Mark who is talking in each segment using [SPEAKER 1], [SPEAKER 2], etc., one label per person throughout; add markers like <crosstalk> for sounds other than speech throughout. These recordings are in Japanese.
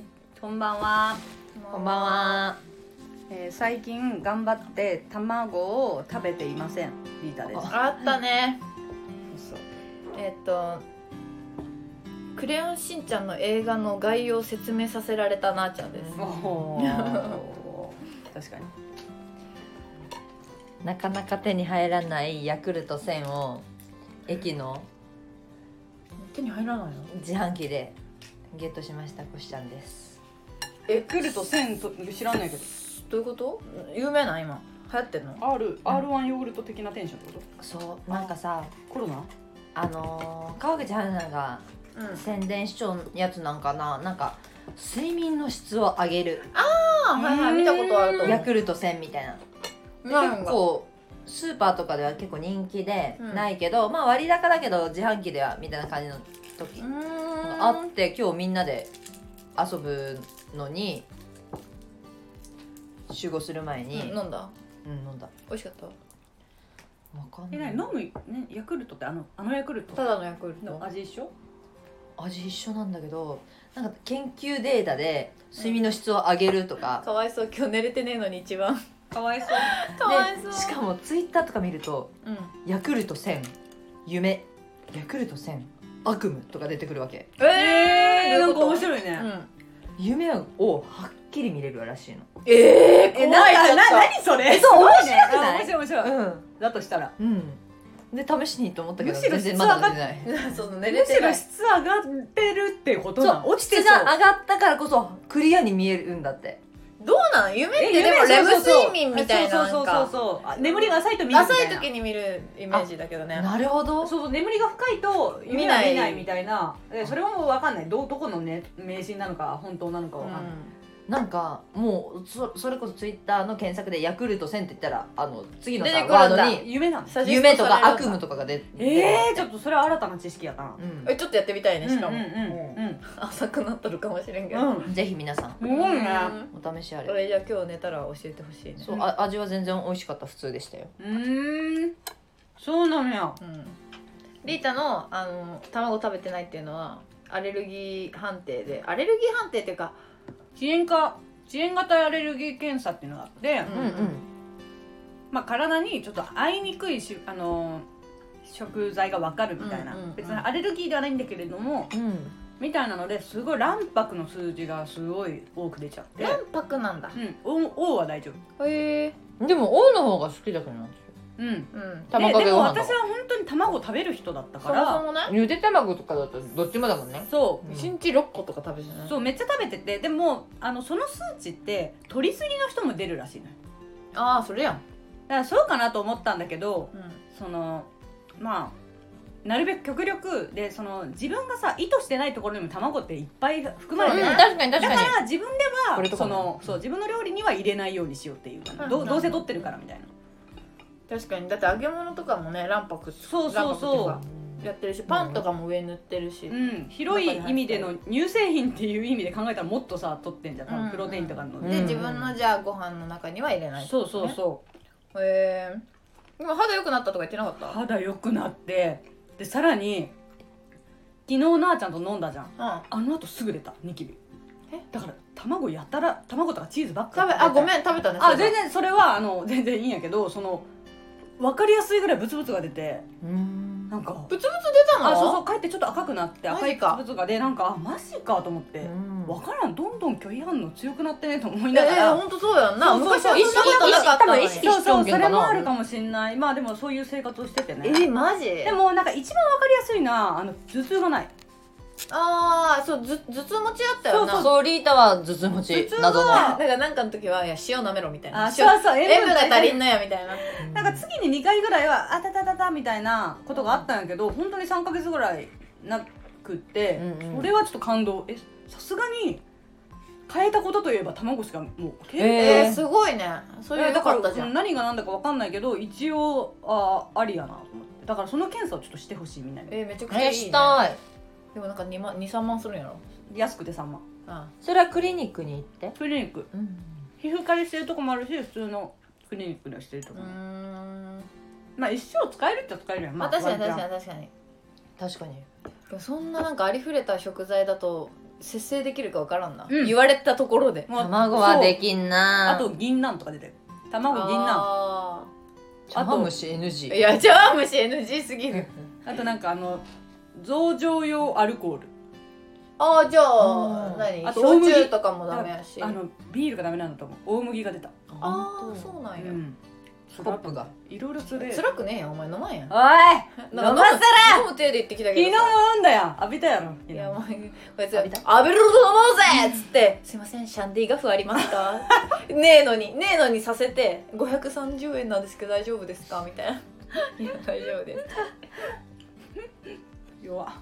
[SPEAKER 1] ばんは。
[SPEAKER 2] こんばんは。
[SPEAKER 3] えー最近頑張って卵を食べていませんリータです
[SPEAKER 1] あったね。
[SPEAKER 3] そう
[SPEAKER 1] えっと。クレヨンしんちゃんの映画の概要を説明させられたなあちゃんです。
[SPEAKER 3] そうおー確かに
[SPEAKER 2] なかなか手に入らないヤクルト1000を駅の
[SPEAKER 1] 手に入らないの。
[SPEAKER 2] 自販機でゲットしましたこしちゃんです。
[SPEAKER 3] えクルト1000と知らないけど
[SPEAKER 1] どういうこと。有名なん、今。流行ってんの。
[SPEAKER 3] R R1 ヨーグルト的なテンションってこ
[SPEAKER 2] そうなんかさ
[SPEAKER 3] とコロナ
[SPEAKER 2] あのー、川口春奈が
[SPEAKER 1] うん。
[SPEAKER 2] 宣伝市長のやつなんかななんか睡眠の質を上げる
[SPEAKER 1] あ、はいはい、見たことあると思
[SPEAKER 2] ヤ
[SPEAKER 1] う。
[SPEAKER 2] クルト1000みたいな。
[SPEAKER 1] なん
[SPEAKER 2] 結
[SPEAKER 1] か。
[SPEAKER 2] 構スーパーとかでは結構人気で
[SPEAKER 1] うん
[SPEAKER 2] ないけど、まあ割高だけど自販機ではみたいな感じの時
[SPEAKER 1] うーん。
[SPEAKER 2] あって今日みんなで遊ぶのに集合する前に、
[SPEAKER 1] うん飲んだ。
[SPEAKER 2] うん飲んだ
[SPEAKER 1] 美味しかった。
[SPEAKER 2] わかん
[SPEAKER 3] え
[SPEAKER 2] な
[SPEAKER 3] ないに飲む、ね、ヤクルトってあのあのヤクル
[SPEAKER 1] た
[SPEAKER 3] ト
[SPEAKER 1] だのヤクル
[SPEAKER 3] の
[SPEAKER 1] ト。
[SPEAKER 3] 味一緒
[SPEAKER 2] 味一緒なんだけどなんか研究データで睡眠の質を上げるとか、
[SPEAKER 1] かわいそう、今日寝れてねえのに、一番。
[SPEAKER 3] かわいそう
[SPEAKER 1] かわいそう。
[SPEAKER 2] でしかもツイッターとか見ると
[SPEAKER 1] うん。
[SPEAKER 2] 「ヤクルト1000夢ヤクルト1000悪夢」とか出てくるわけ
[SPEAKER 1] ええ
[SPEAKER 3] えー、なんか
[SPEAKER 1] どう
[SPEAKER 3] 面
[SPEAKER 1] いうこ
[SPEAKER 3] 白いね、
[SPEAKER 1] とうん。
[SPEAKER 2] 夢をはっきり見れるらしいの
[SPEAKER 1] ええ
[SPEAKER 3] えなんかな何それそう面白
[SPEAKER 2] くな
[SPEAKER 3] 面
[SPEAKER 2] い
[SPEAKER 3] 白い面白い、
[SPEAKER 2] う
[SPEAKER 3] だとしたら
[SPEAKER 2] んうんで試しにと思ったけど
[SPEAKER 3] むしろ
[SPEAKER 2] 全然まだ出てな
[SPEAKER 1] <laughs>
[SPEAKER 2] い
[SPEAKER 1] その寝れ
[SPEAKER 3] む
[SPEAKER 1] て
[SPEAKER 3] し
[SPEAKER 1] な
[SPEAKER 3] ろ
[SPEAKER 1] い
[SPEAKER 3] 質上がってるってことなの
[SPEAKER 2] そう
[SPEAKER 3] 落ちて
[SPEAKER 2] 質
[SPEAKER 3] そう
[SPEAKER 2] が上がったからこそクリアに見えるんだって
[SPEAKER 1] どうなん夢って
[SPEAKER 3] え
[SPEAKER 1] でも
[SPEAKER 3] 夢
[SPEAKER 1] レム
[SPEAKER 3] そうそうそう
[SPEAKER 1] 睡眠みたいななん
[SPEAKER 3] そうそう
[SPEAKER 1] か
[SPEAKER 3] そうそうあ眠りが浅いと見るみたい
[SPEAKER 1] 浅
[SPEAKER 3] ない
[SPEAKER 1] 時に見るイメージだけどね
[SPEAKER 2] なるほど
[SPEAKER 3] そうそう眠りが深いと夢
[SPEAKER 1] 見
[SPEAKER 3] 見
[SPEAKER 1] な
[SPEAKER 3] ないい見ないみたいなでそれも分かんないどうどこの、ね、迷信なのか本当なのか
[SPEAKER 1] う
[SPEAKER 3] 分かんない、
[SPEAKER 1] ん
[SPEAKER 2] なんかもうそそれこそツイッターの検索で「ヤクルト1000」って言ったらあの次の
[SPEAKER 1] 出て
[SPEAKER 2] さ
[SPEAKER 1] くるんだ
[SPEAKER 2] ワードに
[SPEAKER 3] 夢なの
[SPEAKER 1] サ
[SPEAKER 2] 「
[SPEAKER 1] ジェスト
[SPEAKER 2] 夢」と
[SPEAKER 1] されるん
[SPEAKER 2] か
[SPEAKER 1] だ
[SPEAKER 2] 「悪夢」とかが出て
[SPEAKER 3] えー、ちょっとそれは新たな知識やな、
[SPEAKER 2] うん
[SPEAKER 1] えちょっとやってみたいねしかも
[SPEAKER 3] うんうん
[SPEAKER 1] 浅くなっとるかもしれんけ
[SPEAKER 3] うんう
[SPEAKER 1] ど
[SPEAKER 3] んうん
[SPEAKER 2] ぜひ皆さん
[SPEAKER 3] すごいね
[SPEAKER 2] お試しあれ
[SPEAKER 1] 俺じゃあ今日寝たら教えてほしいね
[SPEAKER 2] そうあ味は全然美味しかった普通でしたよ
[SPEAKER 3] うーんそうなのよ
[SPEAKER 1] うんリータのあの卵食べてないっていうのはアレルギー判定でアレルギー判定っていうか
[SPEAKER 3] 遅延化遅延型アレルギー検査っていうのがあって、
[SPEAKER 1] うんうん
[SPEAKER 3] まあ、体にちょっと合いにくいし、あのー食材が分かるみたいな、
[SPEAKER 1] うんうんうん
[SPEAKER 3] 別にアレルギーではないんだけれども
[SPEAKER 2] うんうん
[SPEAKER 3] みたいなのですごい卵白の数字がすごい多く出ちゃって、
[SPEAKER 1] 卵白なんだ
[SPEAKER 3] うん、お王は大丈夫
[SPEAKER 1] へえ
[SPEAKER 2] でも王の方が好きだけどな
[SPEAKER 3] うん
[SPEAKER 1] うん
[SPEAKER 2] 卵か
[SPEAKER 3] で
[SPEAKER 2] け
[SPEAKER 3] で
[SPEAKER 2] ご
[SPEAKER 3] も
[SPEAKER 2] 飯と
[SPEAKER 3] 私
[SPEAKER 2] か
[SPEAKER 3] は本当に卵を食べる人だった
[SPEAKER 1] そ
[SPEAKER 3] か
[SPEAKER 1] も
[SPEAKER 3] ら
[SPEAKER 1] そもね
[SPEAKER 2] ゆで卵とかだとどっちもだもんね
[SPEAKER 3] そ
[SPEAKER 2] うん
[SPEAKER 1] 一日6個とか食べてな
[SPEAKER 3] う
[SPEAKER 1] い
[SPEAKER 3] そうめっちゃ食べててでもあのその数値って取りすぎの人も出るらしいのよ
[SPEAKER 1] ああそれやん
[SPEAKER 3] だからそうかなと思ったんだけど
[SPEAKER 1] うん
[SPEAKER 3] そのまあなるべく極力でその自分がさ意図してないところにも卵っていっぱい含まれて
[SPEAKER 1] そ
[SPEAKER 3] る、
[SPEAKER 1] うね
[SPEAKER 2] 確かに確
[SPEAKER 3] だ
[SPEAKER 2] か
[SPEAKER 3] か
[SPEAKER 2] に
[SPEAKER 3] ら自分で
[SPEAKER 2] これと
[SPEAKER 3] はそ
[SPEAKER 2] かね
[SPEAKER 3] のそう自分の料理には入れないようにしようっていうか
[SPEAKER 1] うん
[SPEAKER 3] どうどうせ取ってるからみたいな
[SPEAKER 1] 確かにだって揚げ物とかもね卵白
[SPEAKER 3] そうそうそう
[SPEAKER 1] 卵白っていうかやってるしパンとかも上塗ってるし、
[SPEAKER 3] うん、広い意味での乳製品っていう意味で考えたらもっとさ取ってんじゃん多分プロテインとかの、
[SPEAKER 2] うん
[SPEAKER 1] で自分のじゃあご飯の中には入れない
[SPEAKER 3] そうそうそう
[SPEAKER 1] うへえでも肌良くなったとか言ってなかった
[SPEAKER 3] 肌良くなってでさらに昨日なあちゃんと飲んだじゃん
[SPEAKER 1] うん
[SPEAKER 3] あのあとすぐ出たニキビ
[SPEAKER 1] え
[SPEAKER 3] だから卵やたら卵とかチーズばっか
[SPEAKER 1] 食べあご
[SPEAKER 3] ん
[SPEAKER 1] めん食べたね
[SPEAKER 3] あ全然それはあの全然いいんやけどその分かりやすいぐらいブツブツが出て
[SPEAKER 2] うん
[SPEAKER 3] なんか
[SPEAKER 1] ブツブツ出たの
[SPEAKER 3] あそうそう帰ってちょっと赤くなって
[SPEAKER 1] マ
[SPEAKER 3] 赤
[SPEAKER 1] ジ
[SPEAKER 3] い
[SPEAKER 1] か
[SPEAKER 3] ブツブツがでなんかあマジかと思って、
[SPEAKER 2] うん
[SPEAKER 3] 分からんどんどん拒否反応強くなってねと思い
[SPEAKER 1] え
[SPEAKER 3] ながら、
[SPEAKER 1] え本当そうやんな
[SPEAKER 3] そうそうそう
[SPEAKER 1] 昔はそんなことなかったのに
[SPEAKER 2] 意識意識
[SPEAKER 3] そうそう
[SPEAKER 2] 一緒に
[SPEAKER 3] それも
[SPEAKER 2] かな
[SPEAKER 3] あるかもしれないまあでもそういう生活をしててね
[SPEAKER 1] えマジ
[SPEAKER 3] で
[SPEAKER 1] でも
[SPEAKER 3] もなんか一番分かりやすいのはあの頭痛がない
[SPEAKER 1] ああそうず頭痛持ちだったよな
[SPEAKER 2] そうリータは頭痛持
[SPEAKER 3] 頭
[SPEAKER 2] ち
[SPEAKER 3] 痛
[SPEAKER 2] 謎の
[SPEAKER 3] は
[SPEAKER 1] だからなんかの時はいや塩舐めろみたいな
[SPEAKER 3] あ
[SPEAKER 1] 塩
[SPEAKER 3] そうそう
[SPEAKER 1] 塩分が足り
[SPEAKER 3] なん
[SPEAKER 1] のやみたいな
[SPEAKER 3] なんか次に2回ぐらいはあたたたたみたいなことがあったんやけど本当に3か月ぐらいなくって、
[SPEAKER 2] うんうん
[SPEAKER 3] それはちょっと感動えさすがに変えたことといえば卵しかもう
[SPEAKER 2] え
[SPEAKER 1] え
[SPEAKER 2] ー
[SPEAKER 1] ー、すごいねそういう
[SPEAKER 3] え
[SPEAKER 1] の
[SPEAKER 3] だ
[SPEAKER 1] よ
[SPEAKER 3] か
[SPEAKER 1] からったじゃん、
[SPEAKER 3] うん何が何だか分かんないけど一応あありやなと思ってだからその検査をちょっとしてほしいみんなに
[SPEAKER 1] えー、めちゃくちゃいい、
[SPEAKER 2] え
[SPEAKER 1] ね、
[SPEAKER 2] したい
[SPEAKER 1] でもなんか2万23万するんやろ
[SPEAKER 3] 安くて3万
[SPEAKER 1] あ
[SPEAKER 2] それはクリニックに行って
[SPEAKER 3] クリニック
[SPEAKER 2] うん
[SPEAKER 3] 皮膚科でしてるとこもあるし普通のクリニックでしてると
[SPEAKER 1] う
[SPEAKER 3] こ
[SPEAKER 1] ー
[SPEAKER 3] も、
[SPEAKER 1] ん
[SPEAKER 3] まあ一生使えるっちゃ使えるやん、ま
[SPEAKER 1] ま
[SPEAKER 3] あ、
[SPEAKER 1] あ確かに
[SPEAKER 3] ワンチャ
[SPEAKER 1] 確
[SPEAKER 3] ン
[SPEAKER 1] かに確かに
[SPEAKER 2] 確かに
[SPEAKER 1] でもそんななんかありふれた食材だと節制できるかわからんな、
[SPEAKER 3] うん
[SPEAKER 1] 言われたところで
[SPEAKER 3] もう
[SPEAKER 2] 卵はで
[SPEAKER 3] そう
[SPEAKER 2] きんな
[SPEAKER 3] あと銀杏とか出てる卵銀杏
[SPEAKER 1] あ
[SPEAKER 2] 茶碗蒸し NG
[SPEAKER 1] ーいや茶碗蒸し NG すぎる
[SPEAKER 3] あとなんかあの増上用アルコール
[SPEAKER 1] ああじゃ
[SPEAKER 2] う
[SPEAKER 1] あ
[SPEAKER 2] ん
[SPEAKER 1] 何
[SPEAKER 3] あと大
[SPEAKER 1] 焼
[SPEAKER 3] 麦
[SPEAKER 1] 酎とかもダメやし
[SPEAKER 3] あのビールがダメなんだと思う大麦が出た
[SPEAKER 1] あーそうなんや、
[SPEAKER 3] ん
[SPEAKER 2] ポップが
[SPEAKER 3] いろいろそれ
[SPEAKER 1] 辛くねえやんお前飲まんやん
[SPEAKER 3] おい
[SPEAKER 1] なん
[SPEAKER 3] 飲ませ
[SPEAKER 1] 飲む飲む手で言ってきた
[SPEAKER 3] 昨
[SPEAKER 1] け
[SPEAKER 3] 日
[SPEAKER 1] ど
[SPEAKER 3] も
[SPEAKER 1] さ
[SPEAKER 3] 飲んだやん浴びたやろ昨日
[SPEAKER 1] いやもうこいつ
[SPEAKER 2] 浴びた
[SPEAKER 1] 「アベルロド飲もうぜ!」っつって「すいませんシャンディガフありますか? 」 <laughs> ねえのにねえのにさせて「530円なんですけど大丈夫ですか?」みたいな「いや大丈夫です」
[SPEAKER 3] 弱っ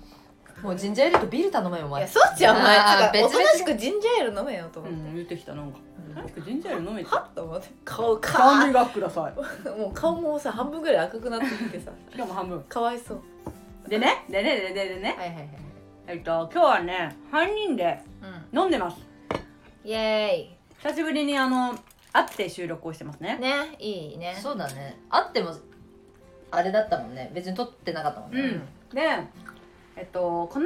[SPEAKER 2] もうジンジャーエールとビール頼めよお
[SPEAKER 1] いや
[SPEAKER 2] 前
[SPEAKER 1] そうっちゃお前
[SPEAKER 2] あー
[SPEAKER 1] だからお
[SPEAKER 2] 別
[SPEAKER 1] と
[SPEAKER 2] 々
[SPEAKER 1] なしくジンジャーエール飲めよと
[SPEAKER 3] う
[SPEAKER 1] 思って、
[SPEAKER 3] ん言ってきたなんか
[SPEAKER 1] うん
[SPEAKER 3] なんかジンジャーエール飲めて
[SPEAKER 1] はっと思って顔
[SPEAKER 3] キャン
[SPEAKER 1] か
[SPEAKER 3] ディーバッグください
[SPEAKER 1] もう顔もさ半分ぐらい赤くなってきてさ
[SPEAKER 3] しかも半分
[SPEAKER 1] かわいそう
[SPEAKER 3] でねでねでねでね
[SPEAKER 1] はいはいはいはい
[SPEAKER 3] えっと今日はね3人で
[SPEAKER 1] うん
[SPEAKER 3] 飲んでます
[SPEAKER 1] イエ
[SPEAKER 3] 久しぶりにあの会って収録をしてます
[SPEAKER 1] ーイ
[SPEAKER 3] ね
[SPEAKER 1] ねいいね
[SPEAKER 2] そうだねあってもあれだったもんね別に取ってなかったもん
[SPEAKER 3] う
[SPEAKER 2] ね、
[SPEAKER 3] んでえっとこの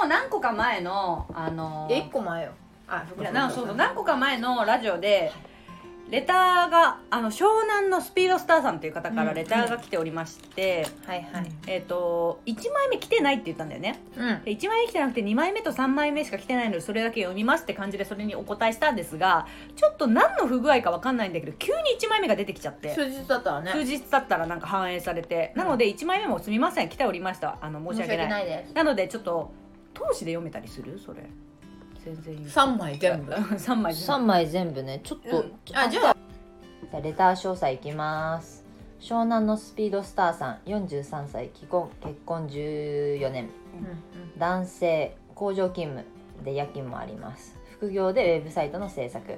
[SPEAKER 3] 間の何個か前のあの
[SPEAKER 1] いや一個前よあ
[SPEAKER 3] いやなんそうそう何個か前のラジオでレターがあの湘南のスピードスターさんという方からレターが来ておりまして、
[SPEAKER 1] はいはい
[SPEAKER 3] えっ、と1枚目来てないって言ったんだよね
[SPEAKER 1] うん
[SPEAKER 3] で1枚目来てなくて2枚目と3枚目しか来てないのでそれだけ読みますって感じでそれにお答えしたんですがちょっと何の不具合か分かんないんだけど急に1枚目が出てきちゃって
[SPEAKER 1] 数日だったらね
[SPEAKER 3] 数日経ったらなんか反映されてなので1枚目もすみません来ておりましたあの申し訳ない
[SPEAKER 1] ないで
[SPEAKER 3] なのでちょっと当時で読めたりするそれ全然いい
[SPEAKER 1] す3枚全部
[SPEAKER 3] 3枚じゃん
[SPEAKER 2] 3枚全部ねちょっ
[SPEAKER 3] う
[SPEAKER 2] と、
[SPEAKER 3] ん
[SPEAKER 1] あじゃあ
[SPEAKER 2] じゃあレター詳細いきます湘南のスピードスターさん43歳既婚結婚14年男性工場勤務で夜勤もあります副業でウェブサイトの制作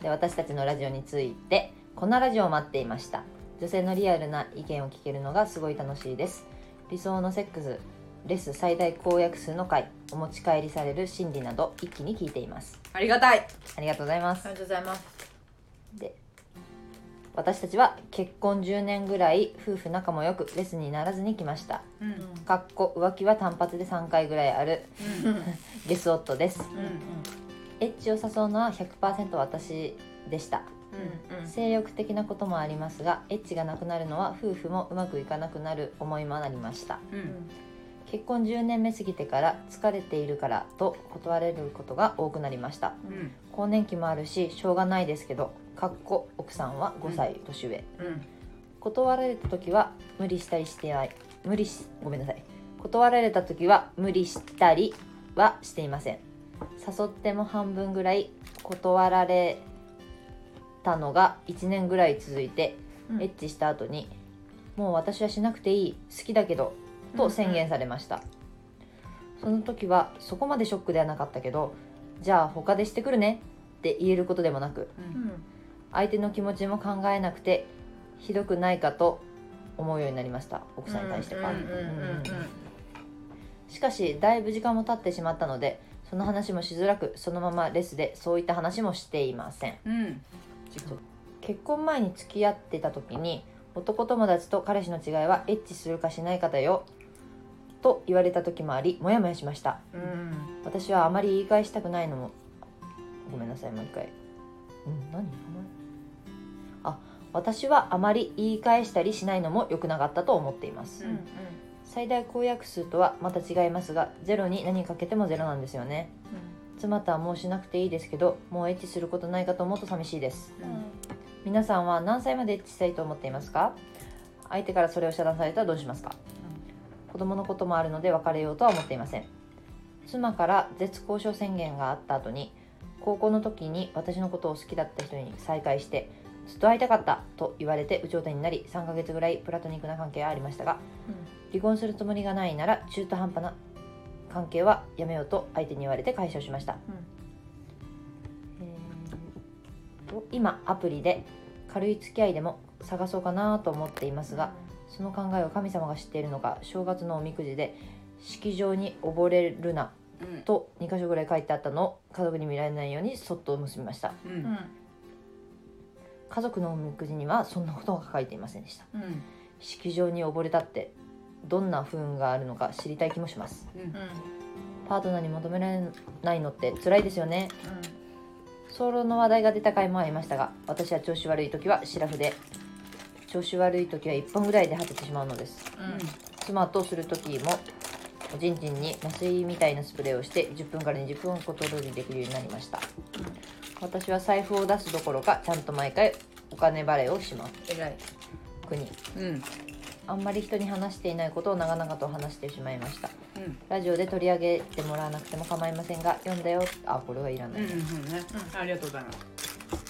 [SPEAKER 2] で私たちのラジオについてこんなラジオを待っていました女性のリアルな意見を聞けるのがすごい楽しいです理想のセックスレス最大公約数の回お持ち帰りされる心理など一気に聞いています
[SPEAKER 3] ありがたい
[SPEAKER 2] ありがとうございます
[SPEAKER 1] ありがとうございます
[SPEAKER 2] 私たちは結婚10年ぐらい夫婦仲も良くレスにならずに来ました
[SPEAKER 3] うん
[SPEAKER 2] かっこ浮気は単発で3回ぐらいある
[SPEAKER 1] うん
[SPEAKER 2] ゲス夫です
[SPEAKER 3] うんうん
[SPEAKER 2] エッチを誘うのは100%私でした性欲的なこともありますがエッチがなくなるのは夫婦もうまくいかなくなる思いもありました
[SPEAKER 3] うんうん
[SPEAKER 2] 結婚10年目過ぎてから疲れているからと断られることが多くなりました
[SPEAKER 3] うん
[SPEAKER 2] 更年期もあるししょうがないですけどかっこ奥さんは5歳年上、
[SPEAKER 3] うん
[SPEAKER 2] 断られた時は無理したりしてない無理しごめんなさい断られた時は無理したりはしていません誘っても半分ぐらい断られたのが1年ぐらい続いて、
[SPEAKER 1] うん
[SPEAKER 2] エッチした後に「もう私はしなくていい好きだけど」と宣言されました、その時はそこまでショックではなかったけど「じゃあ他でしてくるね」って言えることでもなく相手の気持ちも考えなくてひどくないかと思うようになりました奥さんに対してか
[SPEAKER 1] うんうんうん
[SPEAKER 2] しかしだいぶ時間も経ってしまったのでその話もしづらくそのままレスでそういった話もしていません
[SPEAKER 3] うん
[SPEAKER 2] 結婚前に付き合ってた時に男友達と彼氏の違いはエッチするかしないかだよと言われた時もありモヤモヤしました
[SPEAKER 1] うんうん
[SPEAKER 2] 私はあまり言い返したくないのもごめんなさいもう一回うん何あ私はあまり言い返したりしないのも良くなかったと思っています、
[SPEAKER 3] うん
[SPEAKER 2] 最大公約数とはまた違いますがゼロに何かけてもゼロなんですよね妻とはもうしなくていいですけどもうエッチすることないかと思うと寂しいです皆さんは何歳までエッチしたいと思っていますか相手からそれを遮断されたらどうしますか、子供のこともあるので別れようとは思っていません妻から絶交渉宣言があった後に高校の時に私のことを好きだった人に再会してずっと会いたかったと言われて有頂天になり3ヶ月ぐらいプラトニックな関係はありましたが離婚するつもりがないなら中途半端な関係はやめようと相手に言われて解消しました、えーと今アプリで軽い付き合いでも探そうかなと思っていますがその考えを神様が知っているのか正月のおみくじで「式場に溺れるな
[SPEAKER 3] うん」
[SPEAKER 2] と2箇所ぐらい書いてあったのを家族に見られないようにそっと結びました
[SPEAKER 3] う
[SPEAKER 1] うん
[SPEAKER 3] ん
[SPEAKER 2] 家族のおみくじにはそんなことが書いていませんでした
[SPEAKER 3] うん
[SPEAKER 2] 式場に溺れたってどんな不運があるのか知りたい気もします
[SPEAKER 1] うん
[SPEAKER 2] パートナーに求められないのって辛いですよねソロの話題が出た回もありましたが私は調子悪い時はシラフで調子悪い時は1本ぐらいで果ててしまうのです
[SPEAKER 1] うんうん
[SPEAKER 2] 妻とする時もおちんちんに麻酔みたいなスプレーをして10分から20分コントロールできるようになりました私は財布を出すどころかちゃんと毎回お金払いをします
[SPEAKER 1] 偉い
[SPEAKER 2] 国
[SPEAKER 3] うんうん
[SPEAKER 2] あんまり人に話していないことを長々と話してしまいましたラジオで取り上げてもらわなくても構いませんが読んだよあこれはいら
[SPEAKER 3] うん
[SPEAKER 2] な
[SPEAKER 3] う
[SPEAKER 2] い、
[SPEAKER 3] んうんねありがとうございます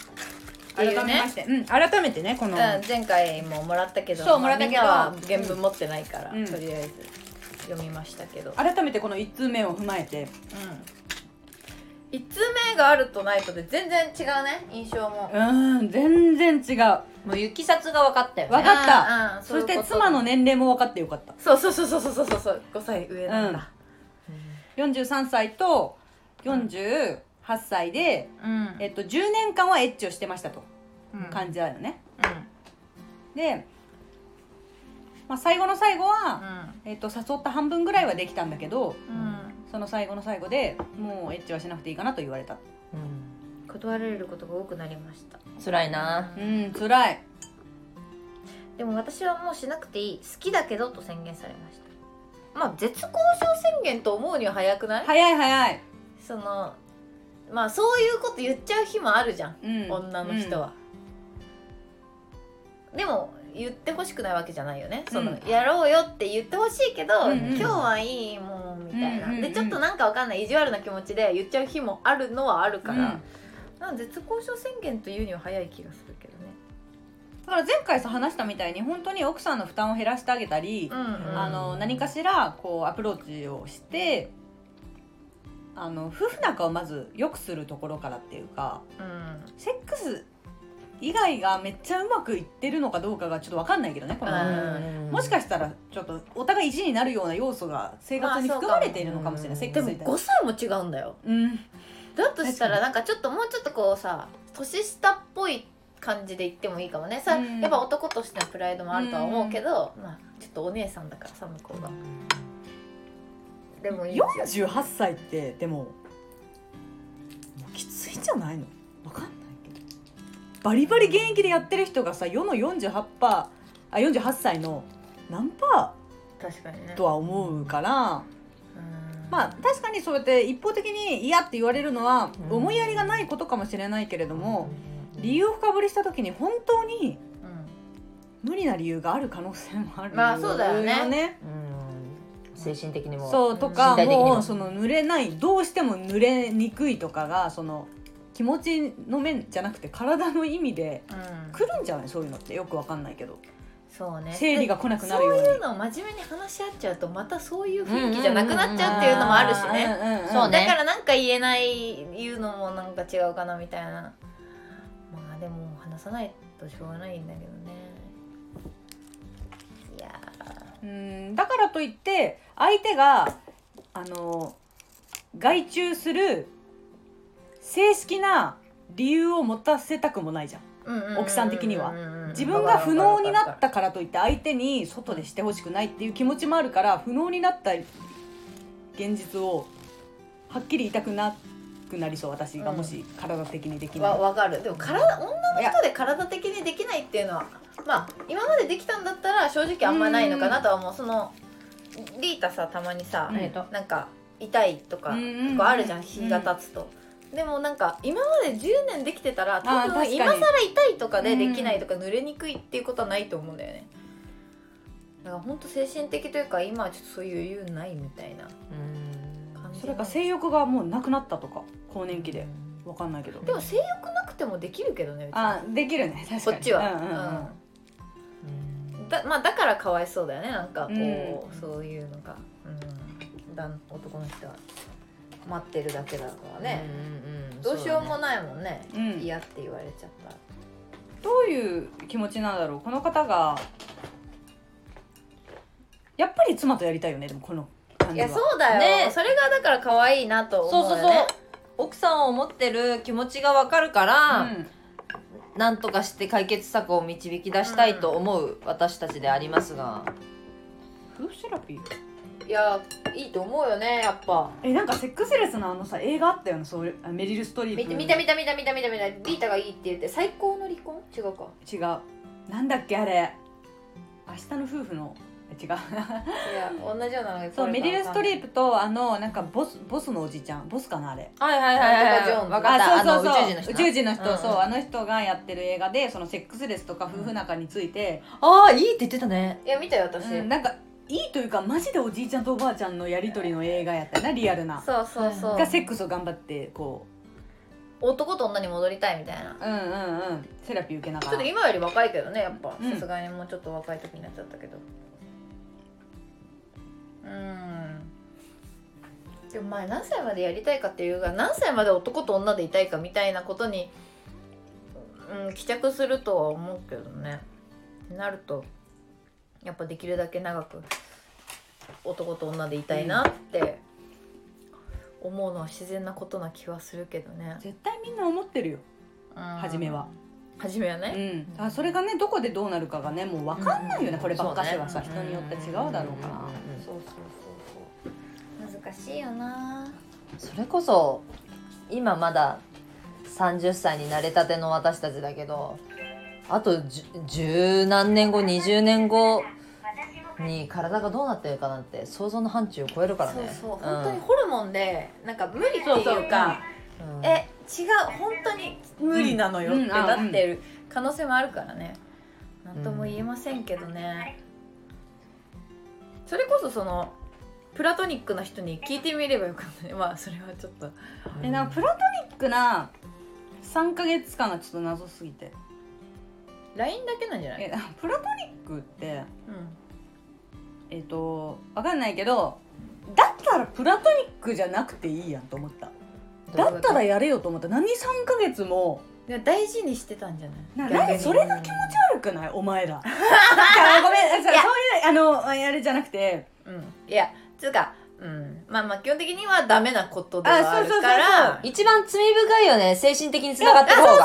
[SPEAKER 1] ていうね
[SPEAKER 3] 改めましてうん改めてねこ
[SPEAKER 1] う
[SPEAKER 3] の
[SPEAKER 1] ん前回ももらったけど
[SPEAKER 3] そうもらったけど
[SPEAKER 1] まあみんなは原文持ってないから、
[SPEAKER 3] うん
[SPEAKER 1] とりあえず読みましたけど、
[SPEAKER 3] 改めてこの1通目を踏まえて
[SPEAKER 1] うん、1通目があるとないとで全然違うね印象も、
[SPEAKER 3] うん全然違う
[SPEAKER 2] もう雪札が分かったよ
[SPEAKER 3] わ
[SPEAKER 2] ね
[SPEAKER 3] かった
[SPEAKER 1] うんうん
[SPEAKER 3] そし
[SPEAKER 1] うい
[SPEAKER 3] て
[SPEAKER 1] うこと
[SPEAKER 3] 妻の年齢も分かってよかった
[SPEAKER 1] そうそうそうそうそうそうそう5歳上なんだ
[SPEAKER 3] 43歳と48歳で、
[SPEAKER 1] うん
[SPEAKER 3] えっと、10年間はエッチをしてましたと
[SPEAKER 1] うん
[SPEAKER 3] 感じだよね、
[SPEAKER 1] う
[SPEAKER 3] で、まあ、最後の最後は、
[SPEAKER 1] ん
[SPEAKER 3] えっと、誘った半分ぐらいはできたんだけど
[SPEAKER 1] うん
[SPEAKER 3] その最後の最後でもうエッチはしなくていいかなと言われた
[SPEAKER 2] うん
[SPEAKER 1] 断られることが多くなりました
[SPEAKER 2] 辛いな
[SPEAKER 3] うん辛い
[SPEAKER 1] でも私はもうしなくていい好きだけどと宣言されましたまあ絶交渉宣言と思うには早くない、
[SPEAKER 3] 早い早い、
[SPEAKER 1] そのまあそういうこと言っちゃう日もあるじゃん、
[SPEAKER 3] うん、
[SPEAKER 1] 女の人は、でも言ってほしくないわけじゃないよね、その
[SPEAKER 3] う
[SPEAKER 1] やろうよって言ってほしいけど、
[SPEAKER 3] うん
[SPEAKER 2] うん
[SPEAKER 1] 今日はいいもんみたいな、
[SPEAKER 3] うんうんうん
[SPEAKER 1] でちょっとなんかわかんない意地悪な気持ちで言っちゃう日もあるのはある
[SPEAKER 3] うん、
[SPEAKER 1] か
[SPEAKER 3] うんだ
[SPEAKER 1] ら、
[SPEAKER 3] か
[SPEAKER 1] なんか絶交渉宣言というには早い気がするけどね。
[SPEAKER 3] ら前回さ話したみたいに本当に奥さんの負担を減らしてあげたり、
[SPEAKER 1] うんうん
[SPEAKER 3] あの何かしらこうアプローチをしてあの夫婦仲をまず良くするところからっていうか
[SPEAKER 1] うん
[SPEAKER 3] セックス以外がめっちゃうまくいってるのかどうかがちょっと分かんないけどねこ
[SPEAKER 1] う
[SPEAKER 3] の、
[SPEAKER 1] ん
[SPEAKER 3] もしかしたらちょっとお互い意地になるような要素が生活に
[SPEAKER 1] まあそうか
[SPEAKER 3] 含まれているのかもしれない、
[SPEAKER 2] うん
[SPEAKER 3] セッ
[SPEAKER 1] で
[SPEAKER 3] ク
[SPEAKER 1] も
[SPEAKER 3] ス以外
[SPEAKER 1] 5歳も違うんだよ
[SPEAKER 3] うん
[SPEAKER 1] だとしたらなんかちょっともうちょっとこうさ年下っぽい感じで言ってもいいかもねさ、
[SPEAKER 3] うん
[SPEAKER 1] やっぱ男としてのプライドもあるとは思うけど、まあちょっとお姉さんだからさ向こうがでもいいですよ
[SPEAKER 3] 48歳ってでももうきついんじゃないの分かんないけどバリバリ現役でやってる人がさ世の48パーあ48歳の何パ
[SPEAKER 1] 確かにね
[SPEAKER 3] ーとは思うから。
[SPEAKER 1] うん
[SPEAKER 3] まあ確かにそうやって一方的に嫌って言われるのは
[SPEAKER 2] うん
[SPEAKER 3] 思いやりがないことかもしれないけれども、
[SPEAKER 2] うん
[SPEAKER 3] 理由を深掘りした時に本当に
[SPEAKER 1] う
[SPEAKER 3] 無理な理由がある可能性もある
[SPEAKER 1] まあそうだよね
[SPEAKER 2] うん精神的にも
[SPEAKER 3] そうとか
[SPEAKER 2] 身体的にも
[SPEAKER 3] もうその濡れないどうしても濡れにくいとかがその気持ちの面じゃなくて体の意味で
[SPEAKER 1] んうん
[SPEAKER 3] 来るんじゃないそういうのってよくわかんないけど
[SPEAKER 1] そうね
[SPEAKER 3] 生理が来なくなるように
[SPEAKER 1] そういうのを真面目に話し合っちゃうとまたそういう雰囲気じゃなくなっちゃうっていうのもあるしね、
[SPEAKER 3] あーんんん
[SPEAKER 2] そうね
[SPEAKER 1] だからなんか言えない言うのもなんか違うかなみたいなまあでも話さないとしょうがないんだけどねいや
[SPEAKER 3] うんだからといって相手があの外注する正式な理由を持たせたくもないじゃん
[SPEAKER 1] ー、うんうう
[SPEAKER 3] 奥さん的には
[SPEAKER 1] うんうんうん
[SPEAKER 3] 自分が不能になったからといって相手に外でしてほしくないっていう気持ちもあるから不能になった現実をはっきり言いたくなくなりそう私がもし体的にできない、
[SPEAKER 1] わわかるでも体女の人で体的にできないっていうのはまあ今までできたんだったら正直あんまないのかなとは思うそのリータさたまにさ、
[SPEAKER 3] うん
[SPEAKER 2] ありがとう
[SPEAKER 1] なんか痛いとか
[SPEAKER 3] うんうんうん
[SPEAKER 1] 結構あるじゃん日が経つと、でもなんか今まで10年できてたら
[SPEAKER 3] あー
[SPEAKER 1] 多
[SPEAKER 3] 確か
[SPEAKER 1] 分
[SPEAKER 3] に
[SPEAKER 1] 今更痛いとかでできないとか濡れにくいっていうことはないと思うんだよねだから本当精神的というか今はちょっとそういう余裕ないみたいな
[SPEAKER 2] うん
[SPEAKER 1] 感じ
[SPEAKER 3] それか性欲がもうなくなったとか更年期でわかんないけど
[SPEAKER 1] でも性欲なくてもできるけどねうち
[SPEAKER 3] あできるね確か
[SPEAKER 1] こ
[SPEAKER 3] に
[SPEAKER 1] っちは、
[SPEAKER 3] うんうんうん
[SPEAKER 1] うんだまあだからかわいそうだよねなんかこう、
[SPEAKER 2] うん
[SPEAKER 1] そういうのが、うん、だん男の人は待ってるだけだからね、
[SPEAKER 2] うんん
[SPEAKER 1] どうしようも
[SPEAKER 2] そ
[SPEAKER 1] ないもんね
[SPEAKER 3] うん
[SPEAKER 1] 嫌、って言われちゃったら
[SPEAKER 3] どういう気持ちなんだろうこの方がやっぱり妻とやりたいよねでもこの感
[SPEAKER 1] い
[SPEAKER 3] じは
[SPEAKER 1] やそうだよ、
[SPEAKER 2] ね
[SPEAKER 1] それがだから可愛いなと思
[SPEAKER 2] う
[SPEAKER 1] う
[SPEAKER 2] そ
[SPEAKER 1] よ、
[SPEAKER 2] う
[SPEAKER 1] ね、
[SPEAKER 2] そう奥さんを思ってる気持ちがわかるから、
[SPEAKER 3] うん
[SPEAKER 2] なんとかして解決策を導き出したいと思う私たちでありますが、
[SPEAKER 3] 夫婦セラピー
[SPEAKER 1] いやいいと思うよねやっぱ
[SPEAKER 3] えなんかセックスレスのあのさ映画あったよねそういうあメリル・ストリ
[SPEAKER 1] 見
[SPEAKER 3] ー
[SPEAKER 1] て
[SPEAKER 3] プ
[SPEAKER 1] 見た見た見た見た見た見たビータがいいって言って最高の離婚違うか
[SPEAKER 3] 違うなんだっけあれ明日の夫婦の違う
[SPEAKER 1] いや同じようなのが
[SPEAKER 3] そうメリル・ストリ
[SPEAKER 1] プ
[SPEAKER 3] ープとあのなんかボスボスのおじちゃんボスかなあれ
[SPEAKER 2] はいはいは
[SPEAKER 1] なん
[SPEAKER 2] い
[SPEAKER 1] とかジョーンズ
[SPEAKER 2] わかったあの宇宙人の人
[SPEAKER 3] 宇宙人の人、
[SPEAKER 2] うん
[SPEAKER 3] そうあの人がやってる映画でそのセックスレスとか夫婦仲について、
[SPEAKER 2] ああいいって言ってたね
[SPEAKER 1] いや見たよ私、
[SPEAKER 3] うんなんかいいというかマジでおじいちゃんとおばあちゃんのやり取りの映画やったよなリアルな
[SPEAKER 1] そうそうそう、
[SPEAKER 3] がセックスを頑張ってこ
[SPEAKER 1] 男と女に戻りたいみたいな
[SPEAKER 3] ううんうんうんセラピー受けな
[SPEAKER 1] ちょ
[SPEAKER 3] が
[SPEAKER 1] っと
[SPEAKER 3] ら
[SPEAKER 1] 今より若いけどねやっぱ
[SPEAKER 3] うん
[SPEAKER 1] さすがにもうちょっと若い時になっちゃったけどうんでも前何歳までやりたいかっていうか何歳まで男と女でいたいかみたいなことに、うん、帰着するとは思うけどねなるとやっぱできるだけ長く男と女でいたいなって思うのは自然なことな気はするけどね、
[SPEAKER 3] 絶対みんな思ってるよ
[SPEAKER 1] うん、
[SPEAKER 3] 初めは
[SPEAKER 1] 初めはね、
[SPEAKER 3] うんあそれがねどこでどうなるかがねもう分かんないよね、こればっかしはさ、
[SPEAKER 2] そうね
[SPEAKER 3] 人によって違うだろうから、
[SPEAKER 2] んんんう
[SPEAKER 1] そ
[SPEAKER 2] ん
[SPEAKER 1] うそうそうそう難しいよな
[SPEAKER 2] それこそ今まだ30歳になれたての私たちだけどあとじゅ十何年後20年後に体がどうなってるかなんて想像の範疇を超えるから
[SPEAKER 1] そう
[SPEAKER 2] ね
[SPEAKER 1] そう、
[SPEAKER 2] ん
[SPEAKER 1] 本当にホルモンでなんか無理っていうか
[SPEAKER 3] そうそう
[SPEAKER 2] うん
[SPEAKER 1] え違う本当に無理なのよっ
[SPEAKER 3] うん
[SPEAKER 1] て
[SPEAKER 3] うん
[SPEAKER 1] なってる可能性もあるからね何とも言えませんけどね、それこそそのプラトニックな人に聞いてみればよかったねまあそれはちょっと
[SPEAKER 2] うん
[SPEAKER 3] えなんかプラトニックな3か月間がちょっと謎すぎて
[SPEAKER 1] LINE だけなんじゃない、
[SPEAKER 3] えプラトニックって
[SPEAKER 1] うん、
[SPEAKER 3] えっ、と分かんないけどだったらプラトニックじゃなくていいやんと思った
[SPEAKER 1] どういう
[SPEAKER 3] だ
[SPEAKER 1] こと
[SPEAKER 3] ったらやれよと思った何3か月も
[SPEAKER 1] いや大事にしてたんじゃない
[SPEAKER 3] な何それが気持ち悪くないお前
[SPEAKER 1] <laughs>
[SPEAKER 3] らだからごめんそうそういうあのあれじゃなくて
[SPEAKER 1] うん、いやつうか、うん、まあまあ基本的にはダメなことではあるから
[SPEAKER 2] 一番罪深いよね精神的につながってる方が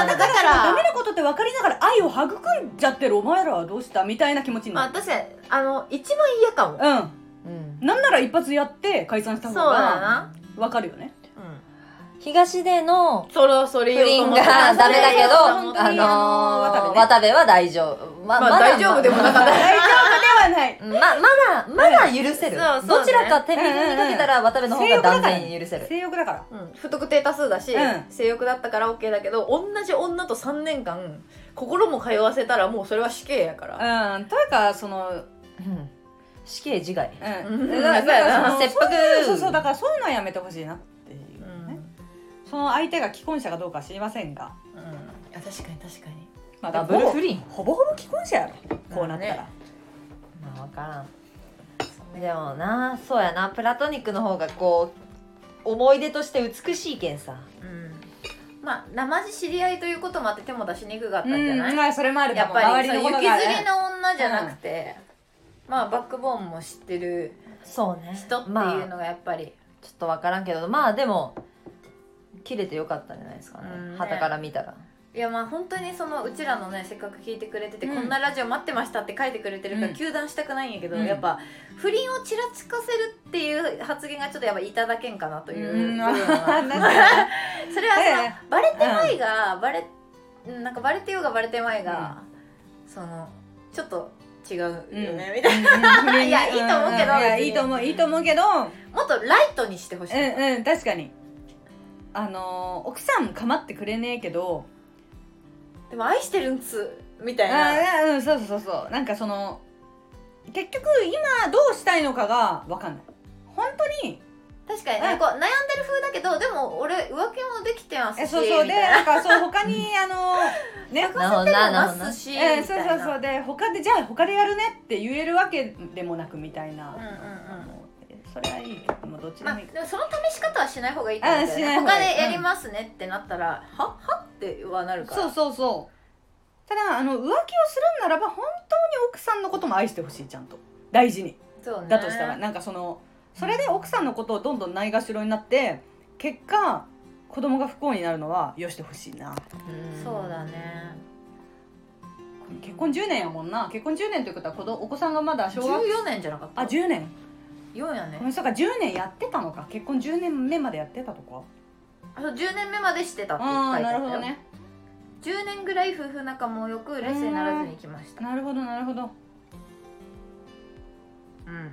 [SPEAKER 1] あだか
[SPEAKER 3] ダメ
[SPEAKER 1] ら
[SPEAKER 3] なことって分かりながら愛を育んじゃってるお前らはどうしたみたいな気持ちに
[SPEAKER 1] ま
[SPEAKER 3] な
[SPEAKER 1] あ
[SPEAKER 3] る、
[SPEAKER 1] 確かにあの一番嫌かも、
[SPEAKER 2] う
[SPEAKER 3] う
[SPEAKER 2] ん
[SPEAKER 3] んなんなら一発やって解散した
[SPEAKER 1] そう
[SPEAKER 3] 方
[SPEAKER 1] だ
[SPEAKER 3] が
[SPEAKER 1] な、
[SPEAKER 3] 分かるよね
[SPEAKER 1] うん、
[SPEAKER 2] 東出の
[SPEAKER 1] それそれ
[SPEAKER 2] 不倫が
[SPEAKER 3] あ
[SPEAKER 2] ダメだけど
[SPEAKER 3] 本当
[SPEAKER 2] あ
[SPEAKER 3] にあの
[SPEAKER 2] の
[SPEAKER 3] ー
[SPEAKER 2] ー渡部は大丈夫ま
[SPEAKER 1] まあ
[SPEAKER 2] だ
[SPEAKER 1] 大丈夫でもなかった
[SPEAKER 3] 大丈夫ではない
[SPEAKER 2] ままだまだ許せ
[SPEAKER 1] そう
[SPEAKER 2] る、
[SPEAKER 1] そうね
[SPEAKER 2] どちらか天秤にかけたら渡部の方が断然許せる
[SPEAKER 3] 性欲だから
[SPEAKER 1] うん、不特定多数だし、
[SPEAKER 3] うん
[SPEAKER 1] 性欲だったから OK だけど同じ女と3年間心も通わせたらもうそれは死刑やから、
[SPEAKER 3] うん、というかその、
[SPEAKER 2] うん死刑自害
[SPEAKER 3] う
[SPEAKER 1] うん
[SPEAKER 3] ん、
[SPEAKER 1] だから
[SPEAKER 3] その
[SPEAKER 2] 切迫
[SPEAKER 3] そうそうそうだからそういうのはやめてほしいなっていう
[SPEAKER 1] う
[SPEAKER 3] ね、
[SPEAKER 1] ん
[SPEAKER 3] その相手が既婚者かどうかは知りませんが、
[SPEAKER 1] うん、あ確かに確かに
[SPEAKER 3] まあ、
[SPEAKER 2] ダ
[SPEAKER 3] だか
[SPEAKER 2] ブ
[SPEAKER 3] ら
[SPEAKER 2] ル
[SPEAKER 3] ほぼ
[SPEAKER 2] 不倫
[SPEAKER 3] ほぼほぼ既婚者やろこうなったら、
[SPEAKER 1] ま
[SPEAKER 2] まあ分からんでもなそうやなプラトニックの方がこう思い出として美しいけんさ
[SPEAKER 1] うんまあ生地知り合いということもあって手も出しにくかったんじゃない、
[SPEAKER 3] うん、まあそれもある
[SPEAKER 1] や
[SPEAKER 3] かも
[SPEAKER 1] っぱり
[SPEAKER 3] 周りの
[SPEAKER 1] そう
[SPEAKER 3] こ
[SPEAKER 1] 行
[SPEAKER 3] と
[SPEAKER 1] き
[SPEAKER 3] が
[SPEAKER 1] ずり
[SPEAKER 3] ね
[SPEAKER 1] の女じゃなくて、まあバックボーンも知ってる
[SPEAKER 2] そうね
[SPEAKER 1] 人っていう
[SPEAKER 2] まあ
[SPEAKER 1] のがやっぱり、
[SPEAKER 2] ちょっと分からんけどまあでも切れてよかったんじゃないですかね
[SPEAKER 1] うんね
[SPEAKER 2] 旗から見たら
[SPEAKER 1] いやまあ本当にそのうちらのねせっかく聞いてくれてて、
[SPEAKER 3] うん
[SPEAKER 1] こんなラジオ待ってましたって書いてくれてるから、
[SPEAKER 3] うん
[SPEAKER 1] 休断したくないんやけど、
[SPEAKER 3] うん
[SPEAKER 1] やっぱ不倫をちらつかせるっていう発言がちょっとやっぱいただけんかなという、
[SPEAKER 3] うん
[SPEAKER 1] 部分は
[SPEAKER 3] <laughs>
[SPEAKER 1] それはその、
[SPEAKER 3] え
[SPEAKER 1] バレてまいが、バレうんなんかバレてようがバレてまいが、そのちょっと違うよね、みたいいやいいと思うけど
[SPEAKER 3] いやいいと思ういいと思うけど
[SPEAKER 1] なもっとライトにしてほしい、
[SPEAKER 3] うんうん確かにあのー奥さん構ってくれねえけど
[SPEAKER 1] でも愛してるんつみたいな。
[SPEAKER 3] あーうんそうそうそうそうなんかその結局今どうしたいのかが分かんない本当に
[SPEAKER 1] 確かにね、
[SPEAKER 3] うん
[SPEAKER 1] こう悩んでる風だけどでも俺浮気もできてますし
[SPEAKER 3] えそうそうで
[SPEAKER 1] みたいな
[SPEAKER 3] なんかそう他にあのね
[SPEAKER 2] なるほどななるほど
[SPEAKER 1] ま
[SPEAKER 2] な
[SPEAKER 1] すし
[SPEAKER 3] え
[SPEAKER 1] み
[SPEAKER 3] そ
[SPEAKER 1] た
[SPEAKER 3] う
[SPEAKER 1] い
[SPEAKER 3] そ
[SPEAKER 1] な
[SPEAKER 3] うそうで他でじゃあ他でやるねって言えるわけでもなくみたいな、
[SPEAKER 1] うんうんうん
[SPEAKER 3] あのそれはいいけどもうどっちで
[SPEAKER 1] ま
[SPEAKER 3] も
[SPEAKER 1] あ
[SPEAKER 3] いい、
[SPEAKER 1] でもその試し方はしない方がいいと思うんだよね
[SPEAKER 3] あしない方がいい
[SPEAKER 1] 他でやりますねってなったら、ははってはなるから
[SPEAKER 3] そうそうそうただあの浮気をするんならば本当に奥さんのことも愛してほしいちゃんと大事に
[SPEAKER 1] そうね
[SPEAKER 3] だとしたらなんかそのそれで奥さんのことをどんどんないがしろになって結果子供が不幸になるのはよしてほしいな
[SPEAKER 1] そうだね
[SPEAKER 3] 結婚10年やもんな結婚10年ということは子供お子さんがまだ小学
[SPEAKER 1] 14年じゃなかった
[SPEAKER 3] あ10年
[SPEAKER 1] 4や
[SPEAKER 3] ごめん
[SPEAKER 1] ね
[SPEAKER 3] そうか10年やってたのか結婚10年目までやってたとか
[SPEAKER 1] あそう10年目までしてたって書いて
[SPEAKER 3] ああ
[SPEAKER 1] あった
[SPEAKER 3] な
[SPEAKER 1] よ
[SPEAKER 3] るほどね
[SPEAKER 1] 10年ぐらい夫婦仲も良く冷静にならずに行きました、
[SPEAKER 3] なるほどなるほど
[SPEAKER 1] うん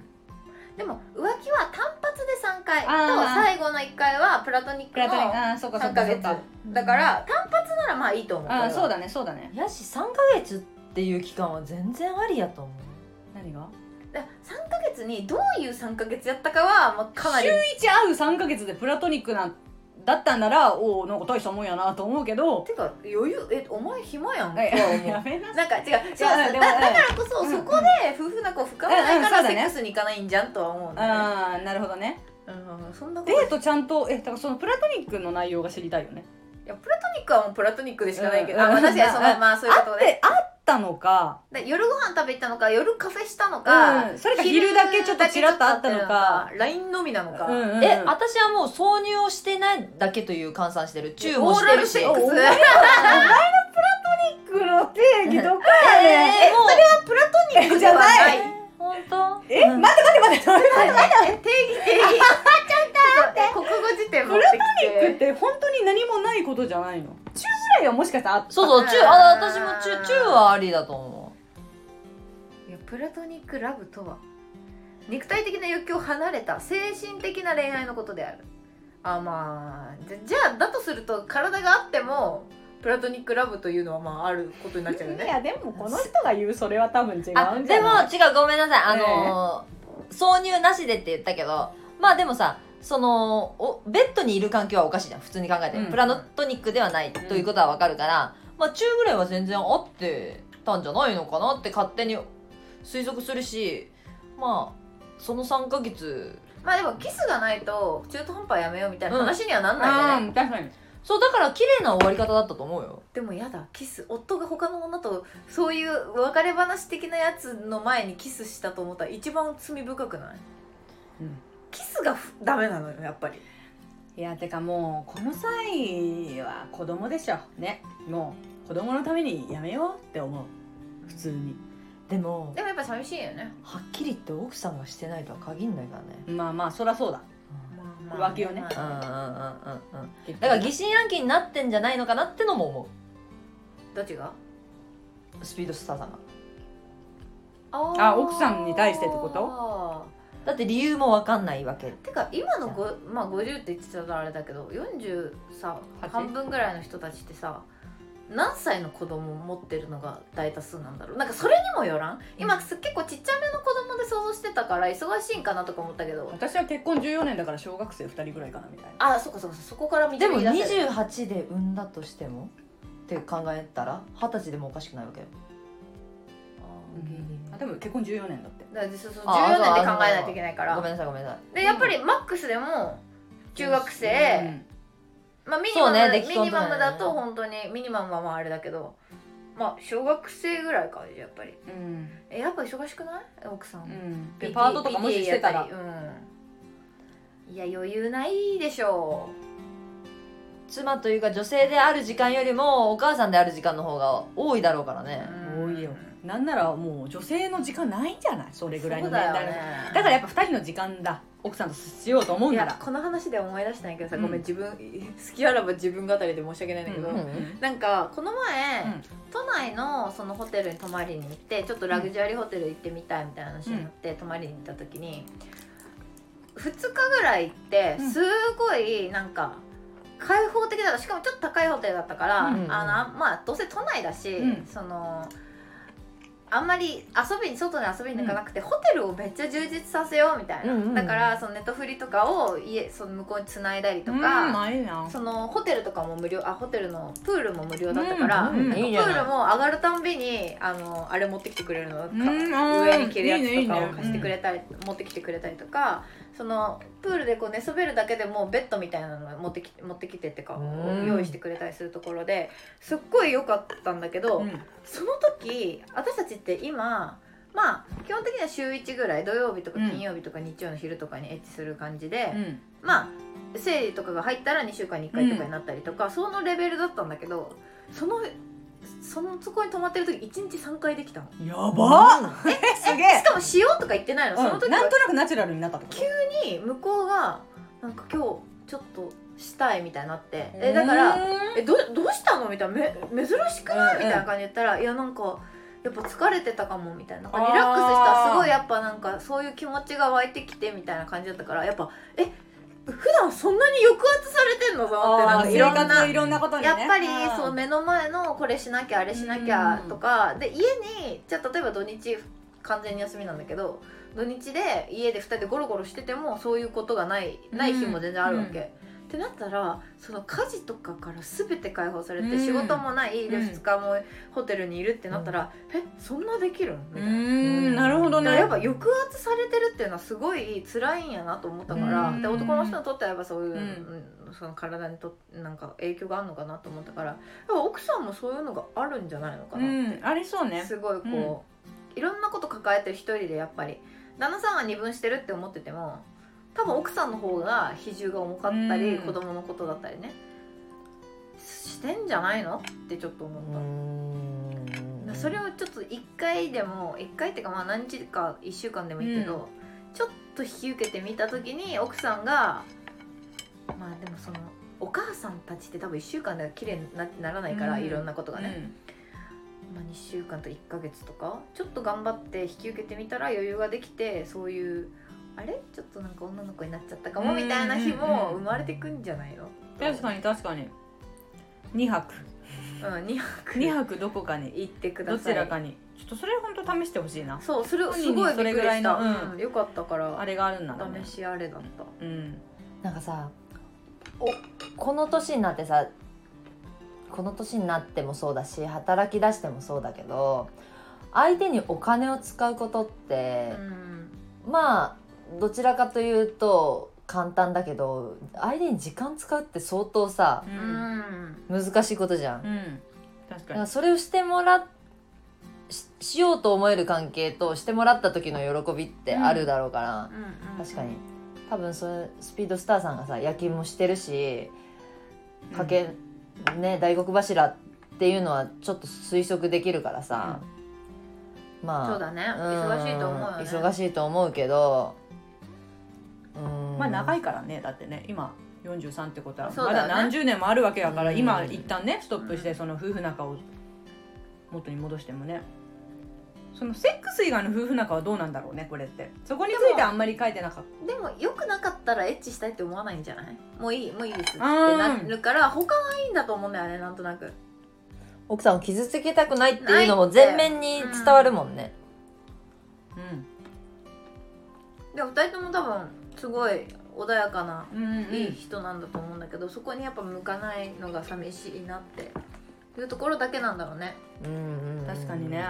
[SPEAKER 1] でも浮気は単発で3回と
[SPEAKER 3] あー
[SPEAKER 1] 最後の1回はプラトニック
[SPEAKER 3] プラトニック
[SPEAKER 1] の
[SPEAKER 3] ああそうかそう
[SPEAKER 1] 3
[SPEAKER 3] か
[SPEAKER 1] ヶ
[SPEAKER 3] そう
[SPEAKER 1] 月
[SPEAKER 3] か
[SPEAKER 1] だから単発ならまあいいと思う
[SPEAKER 3] ああそう
[SPEAKER 1] だ
[SPEAKER 3] だねそうだね
[SPEAKER 2] やし3ヶ月っていう期間は全然ありやと思う
[SPEAKER 3] 何が
[SPEAKER 1] 3ヶ月にどういう3ヶ月やったかは、まあ、かなり
[SPEAKER 3] 週一会う3か月でプラトニックなんだったんならおおんか大したもんやなと思うけど
[SPEAKER 1] てか余裕えお前暇やんとは思う
[SPEAKER 3] やめなさい
[SPEAKER 1] なんか違う違う
[SPEAKER 3] いや
[SPEAKER 1] だ
[SPEAKER 3] で
[SPEAKER 1] だ
[SPEAKER 3] も
[SPEAKER 1] からこそ
[SPEAKER 3] うん
[SPEAKER 1] そこで夫婦仲を深めないか
[SPEAKER 3] うん
[SPEAKER 1] ら
[SPEAKER 3] うんそうだ
[SPEAKER 1] セ
[SPEAKER 3] ね
[SPEAKER 1] ックスに行かないんじゃんとは思うんだよね
[SPEAKER 3] ああなるほどね
[SPEAKER 1] うんそんなこと
[SPEAKER 3] デートちゃんとえだからそのプラトニックの内容が知りたいよね
[SPEAKER 1] いやプラトニックはもうプラトニックでしかないけど
[SPEAKER 3] うん
[SPEAKER 1] あ私はそ
[SPEAKER 3] うん
[SPEAKER 1] のまあそういうこと
[SPEAKER 3] 会っ
[SPEAKER 1] ね
[SPEAKER 3] て会ったのか
[SPEAKER 1] で夜ご飯食べ行ったのか夜カフェしたのか、
[SPEAKER 3] うんそれか昼だけちょっとちらっと会ったのか
[SPEAKER 1] 昼だけちょっと会ったの LINE のみなのか、
[SPEAKER 3] うんうんうん
[SPEAKER 2] え私はもう挿入をしてないだけという換算してるチューも
[SPEAKER 1] オー
[SPEAKER 2] し
[SPEAKER 1] ラ
[SPEAKER 2] て
[SPEAKER 1] ル
[SPEAKER 2] るし
[SPEAKER 1] セックス
[SPEAKER 3] おお
[SPEAKER 1] <laughs> え
[SPEAKER 3] プラトニックの定義どこやね
[SPEAKER 2] えもう
[SPEAKER 1] プラトニックではない
[SPEAKER 3] <laughs> じ
[SPEAKER 2] 本当
[SPEAKER 3] んえ
[SPEAKER 2] うん
[SPEAKER 3] 待って待って待って
[SPEAKER 1] え定
[SPEAKER 3] <laughs>
[SPEAKER 1] 義定義 <laughs> ちょっと待って国語辞典持
[SPEAKER 3] プ
[SPEAKER 1] ってき
[SPEAKER 3] ラトニックってて本当に何もないことじゃないの中ぐらいはもしかしたらあ
[SPEAKER 2] そうそうチューあ私もチューチューはありだと思
[SPEAKER 1] いやプラトニックラブとは肉体的な欲求を離れた精神的な恋愛のことであるあまあじゃじゃあだとすると体があってもプラトニックラブというのはまああることになっちゃうよ
[SPEAKER 3] い <laughs>
[SPEAKER 1] ね
[SPEAKER 3] やでもこの人が言うそれは多分違うんじ
[SPEAKER 2] う
[SPEAKER 3] ゃ
[SPEAKER 2] あ
[SPEAKER 3] な
[SPEAKER 2] で
[SPEAKER 3] い
[SPEAKER 2] も違うごめんなさいあのー挿入なしでって言ったけどまあでもさそのおベッドにいる環境はおかしいじゃん普通に考えて、
[SPEAKER 3] うん
[SPEAKER 2] プラトニックではないということはわかるから、まあチューぐらいは全然合ってたんじゃないのかなって勝手に推測するしまあその3ヶ月
[SPEAKER 1] まあでもキスがないと中途半端やめようみたいな話にはなんないよね、
[SPEAKER 3] うん確かに
[SPEAKER 2] そうだから綺麗な終わり方だったと思うよ
[SPEAKER 1] でもやだキス夫が他の女とそういう別れ話的なやつの前にキスしたと思ったら一番罪深くない、
[SPEAKER 3] うん
[SPEAKER 1] キスがふダメなのよやっぱり
[SPEAKER 3] いやてかもうこの際は子供でしょねもう子供のためにやめようって思う普通に
[SPEAKER 2] でも
[SPEAKER 1] でもやっぱ寂しいよね、
[SPEAKER 2] はっきり言って奥さんがしてないとは限んないからね
[SPEAKER 3] まあまあそらそうだ浮気をね
[SPEAKER 1] ま
[SPEAKER 2] う
[SPEAKER 1] あ
[SPEAKER 2] んうんうんうんうん
[SPEAKER 3] 結局
[SPEAKER 2] だから疑心暗鬼になってんじゃないのかなってのも思
[SPEAKER 1] どっちが
[SPEAKER 2] うスピードスターさんが
[SPEAKER 1] あ
[SPEAKER 3] あ奥さんに対してってこと
[SPEAKER 1] と
[SPEAKER 2] だって理由もわかんないわけ
[SPEAKER 1] てか今のご、まあ、50って言ってたらあれだけど40さ
[SPEAKER 3] 八
[SPEAKER 1] 半分ぐらいの人たちってさ何歳の子供を持ってるのが大多数なんだろうなんかそれにもよらん今す結構ちっちゃめの子供で想像してたから忙しいんかなとか思ったけど
[SPEAKER 3] 私は結婚14年だから小学生2人ぐらいかなみたいな
[SPEAKER 1] あそっかそっかそこから見
[SPEAKER 2] でも
[SPEAKER 1] 出せる
[SPEAKER 2] 28で産んだとしてもって考えたら二十歳でもおかしくないわけよ
[SPEAKER 3] あでも結婚14年だって
[SPEAKER 1] だからそうそう
[SPEAKER 2] あー
[SPEAKER 1] 14年で考えないといけないか
[SPEAKER 2] ごめ
[SPEAKER 1] ら
[SPEAKER 2] んなさいごめんなさい
[SPEAKER 1] でやっぱりマックスでも中学生、まあミニ
[SPEAKER 2] そ
[SPEAKER 1] マ
[SPEAKER 2] う
[SPEAKER 1] ム、
[SPEAKER 2] ね出来
[SPEAKER 1] ミ
[SPEAKER 2] 損
[SPEAKER 1] ニ
[SPEAKER 2] とかね
[SPEAKER 1] マムだと本当にミニマムはまああれだけどまあ小学生ぐらいかやっぱり
[SPEAKER 3] うん
[SPEAKER 1] えやっぱ忙しくない奥さん、
[SPEAKER 3] うん、うん、で
[SPEAKER 1] PT
[SPEAKER 3] パートとかもししてたら
[SPEAKER 1] PT やっりうんいや余裕ないでしょ
[SPEAKER 2] 妻というか女性である時間よりもお母さんである時間の方が多いだろうからね
[SPEAKER 1] う、
[SPEAKER 3] 多いよなんならもう女性の時間ないんじゃないそれぐらいの
[SPEAKER 1] そう
[SPEAKER 3] 年代
[SPEAKER 1] だ
[SPEAKER 3] の
[SPEAKER 1] よ
[SPEAKER 3] だ,、
[SPEAKER 1] ね
[SPEAKER 3] からやっぱ2人の時間だ奥さんとしようと思う
[SPEAKER 1] い
[SPEAKER 3] な
[SPEAKER 1] や
[SPEAKER 3] ら
[SPEAKER 1] この話で思い出したんやけどさ、
[SPEAKER 3] うん
[SPEAKER 1] ごめん自分好きあらば自分語りで申し訳ないんだけど、
[SPEAKER 2] うん
[SPEAKER 1] なんかこの前、
[SPEAKER 3] うん
[SPEAKER 1] 都内のそのホテルに泊まりに行ってちょっとラグジュアリーホテル行ってみたいみたいな話になって、泊まりに行った時に2日ぐらい行って
[SPEAKER 3] うん
[SPEAKER 1] すごいなんか開放的だったしかもちょっと高いホテルだったから、
[SPEAKER 2] うんうんうん
[SPEAKER 1] あのあまあどうせ都内だし、
[SPEAKER 3] うん
[SPEAKER 1] その。あんまり遊びに外で遊びに行かなくて、ホテルをめっちゃ充実させようみたいな、
[SPEAKER 2] うんうん
[SPEAKER 1] だからそのネットフリとかを家その向こうに繋いだりと
[SPEAKER 3] うん
[SPEAKER 1] か、
[SPEAKER 3] まあいいな
[SPEAKER 1] そのホテルとかも無料あホテルのプールも無料だったから、
[SPEAKER 3] うんうん
[SPEAKER 1] プ
[SPEAKER 2] いいじゃない
[SPEAKER 1] ールも上がるたんびにあのあれ持ってきてくれるの、か
[SPEAKER 3] うんあー
[SPEAKER 1] 上に着るや
[SPEAKER 3] いいねいい
[SPEAKER 1] つとか
[SPEAKER 3] ね
[SPEAKER 1] を貸してくれたり、持ってきてくれたりとかそのプールでこう寝そべるだけでもうベッドみたいなのを持ってき持ってきてってか、
[SPEAKER 2] うん
[SPEAKER 1] 用意してくれたりするところですっごい良かったんだけど、
[SPEAKER 3] うん
[SPEAKER 1] その時私たちって今まあ基本的には週1ぐらい土曜日とか金曜日とか日曜の昼とかにエッチする感じで。
[SPEAKER 3] うん
[SPEAKER 1] まあ生理とかが入ったら2週間に1回とかになったりとか、そのレベルだったんだけどそのそのそこに泊まってる時1日3回できたの
[SPEAKER 3] やばっ、
[SPEAKER 2] うん
[SPEAKER 3] えすげ
[SPEAKER 1] し
[SPEAKER 3] え、
[SPEAKER 1] かもしようとか言ってないのその
[SPEAKER 3] う
[SPEAKER 1] 時
[SPEAKER 3] ん、
[SPEAKER 1] は
[SPEAKER 3] なんとなくナチュラルになったってこと
[SPEAKER 1] 急に向こうがなんか今日ちょっとしたいみたいになってえだからえどどうしたのみたいなめ珍しくない
[SPEAKER 3] うんうん
[SPEAKER 1] みたいな感じで言ったら、いやなんかやっぱ疲れてたかもみたいなリラックスしたらすごいやっぱなんかそういう気持ちが湧いてきてみたいな感じだったからやっぱえ普段そんなに抑圧されてんのそのってなん
[SPEAKER 3] あ
[SPEAKER 1] か
[SPEAKER 3] ー
[SPEAKER 1] いろん
[SPEAKER 3] 生活
[SPEAKER 1] な
[SPEAKER 3] のいろんなことにね
[SPEAKER 1] やっぱり
[SPEAKER 3] うん
[SPEAKER 1] そう目の前のこれしなきゃあれしなきゃとかで家にじゃあ例えば土日完全に休みなんだけど土日で家で2人でゴロゴロしててもそういうことがないない日も全然あるわけ。
[SPEAKER 3] うん
[SPEAKER 1] ってなったらその家事とかから全て解放されて、
[SPEAKER 3] うん
[SPEAKER 1] 仕事もないで
[SPEAKER 3] うん
[SPEAKER 1] 2日もホテルにいるってなったら、えそんなできるの
[SPEAKER 3] う
[SPEAKER 1] みたいな。
[SPEAKER 3] ーんなるほど
[SPEAKER 1] だ
[SPEAKER 3] ね
[SPEAKER 1] からやっぱ抑圧されてるっていうのはすごい辛いんやなと思ったから、
[SPEAKER 3] うん
[SPEAKER 1] で男の人にとってはやっぱそう
[SPEAKER 3] う
[SPEAKER 1] いう、
[SPEAKER 3] ん
[SPEAKER 1] うんその体にとってなんか影響があるのかなと思ったからやっぱ奥さんもそういうのがあるんじゃないのかな、
[SPEAKER 3] うんありそうね
[SPEAKER 1] すごいこう、いろんなこと抱えてる一人でやっぱり旦那さんは二分してるって思ってても多分奥さんの方が比重が重かったり、
[SPEAKER 3] うん
[SPEAKER 1] 子供のことだったりねしてんじゃないのってちょっと思った。
[SPEAKER 2] うん
[SPEAKER 1] それをちょっと1回でも1回っていうかまあ何日か1週間でもいいけど、ちょっと引き受けてみた時に奥さんがまあでもそのお母さんたちって多分1週間では綺麗になならないから、
[SPEAKER 3] うん
[SPEAKER 1] いろんなことがね、
[SPEAKER 3] うん
[SPEAKER 1] まあ、2週間と1ヶ月とかちょっと頑張って引き受けてみたら余裕ができてそういうあれちょっとなんか女の子になっちゃったかもみたいな日も生まれてくんじゃないの、
[SPEAKER 3] 確かに確かに2泊
[SPEAKER 1] うん、2泊
[SPEAKER 3] 2泊どこかに
[SPEAKER 1] 行ってくだ
[SPEAKER 3] ど
[SPEAKER 1] さい
[SPEAKER 3] ちらかにちょっとそれ本当試してほしいな
[SPEAKER 1] そうそれすごいびっくり
[SPEAKER 3] それぐらい
[SPEAKER 1] し
[SPEAKER 3] の
[SPEAKER 1] た、
[SPEAKER 3] うん
[SPEAKER 1] うんよかったから
[SPEAKER 3] あれがあるんならね
[SPEAKER 1] 試しあれだっ
[SPEAKER 3] う
[SPEAKER 1] た
[SPEAKER 3] ん
[SPEAKER 2] なんかさおこの年になってさこの年になってもそうだし働き出してもそうだけど相手にお金を使うことって、まあどちらかというと簡単だけど相手に時間使うって相当さ
[SPEAKER 3] う
[SPEAKER 1] うん
[SPEAKER 2] 難しいことじゃん。
[SPEAKER 3] う
[SPEAKER 2] だ
[SPEAKER 3] ん確か
[SPEAKER 2] から
[SPEAKER 3] に
[SPEAKER 2] それをしてもらししようと思える関係としてもらった時の喜びってあるだろうから。確かに多分それスピードスターさんがさ夜勤もしてるし家計、ね大黒柱っていうのはちょっと推測できるからさ、まあ
[SPEAKER 1] そうだね
[SPEAKER 2] うん
[SPEAKER 1] 忙しいと思うよね
[SPEAKER 2] 忙しいと思うけどうん
[SPEAKER 3] まあ長
[SPEAKER 2] い
[SPEAKER 3] いからねだってね今43ってことは
[SPEAKER 1] そう
[SPEAKER 3] ま
[SPEAKER 1] だよ
[SPEAKER 3] だ
[SPEAKER 1] ね
[SPEAKER 3] 何十年もあるわけだから
[SPEAKER 2] うん
[SPEAKER 3] 今一旦ねストップし
[SPEAKER 1] う
[SPEAKER 3] て
[SPEAKER 1] ん
[SPEAKER 3] その夫婦仲を元に戻してもねそのセックス以外の夫婦仲はどうなんだろうねこれってそこについてあんまり書いてなかっ
[SPEAKER 1] でも良くなかったらエッチしたいって思わないんじゃないもういいもういいですって
[SPEAKER 3] ん
[SPEAKER 1] なるから他はいいんだと思うんだよねなんとなく
[SPEAKER 2] 奥さんを傷つけたくないっていうのも全面に伝わるもんね、
[SPEAKER 3] た
[SPEAKER 1] でも2人とも多分すごい穏やかな
[SPEAKER 3] うんうん
[SPEAKER 1] いい人なんだと思うんだけど、そこにやっぱ向かないのが寂しいなっていうところだけなんだろうね
[SPEAKER 2] うんうんうん
[SPEAKER 3] 確かにね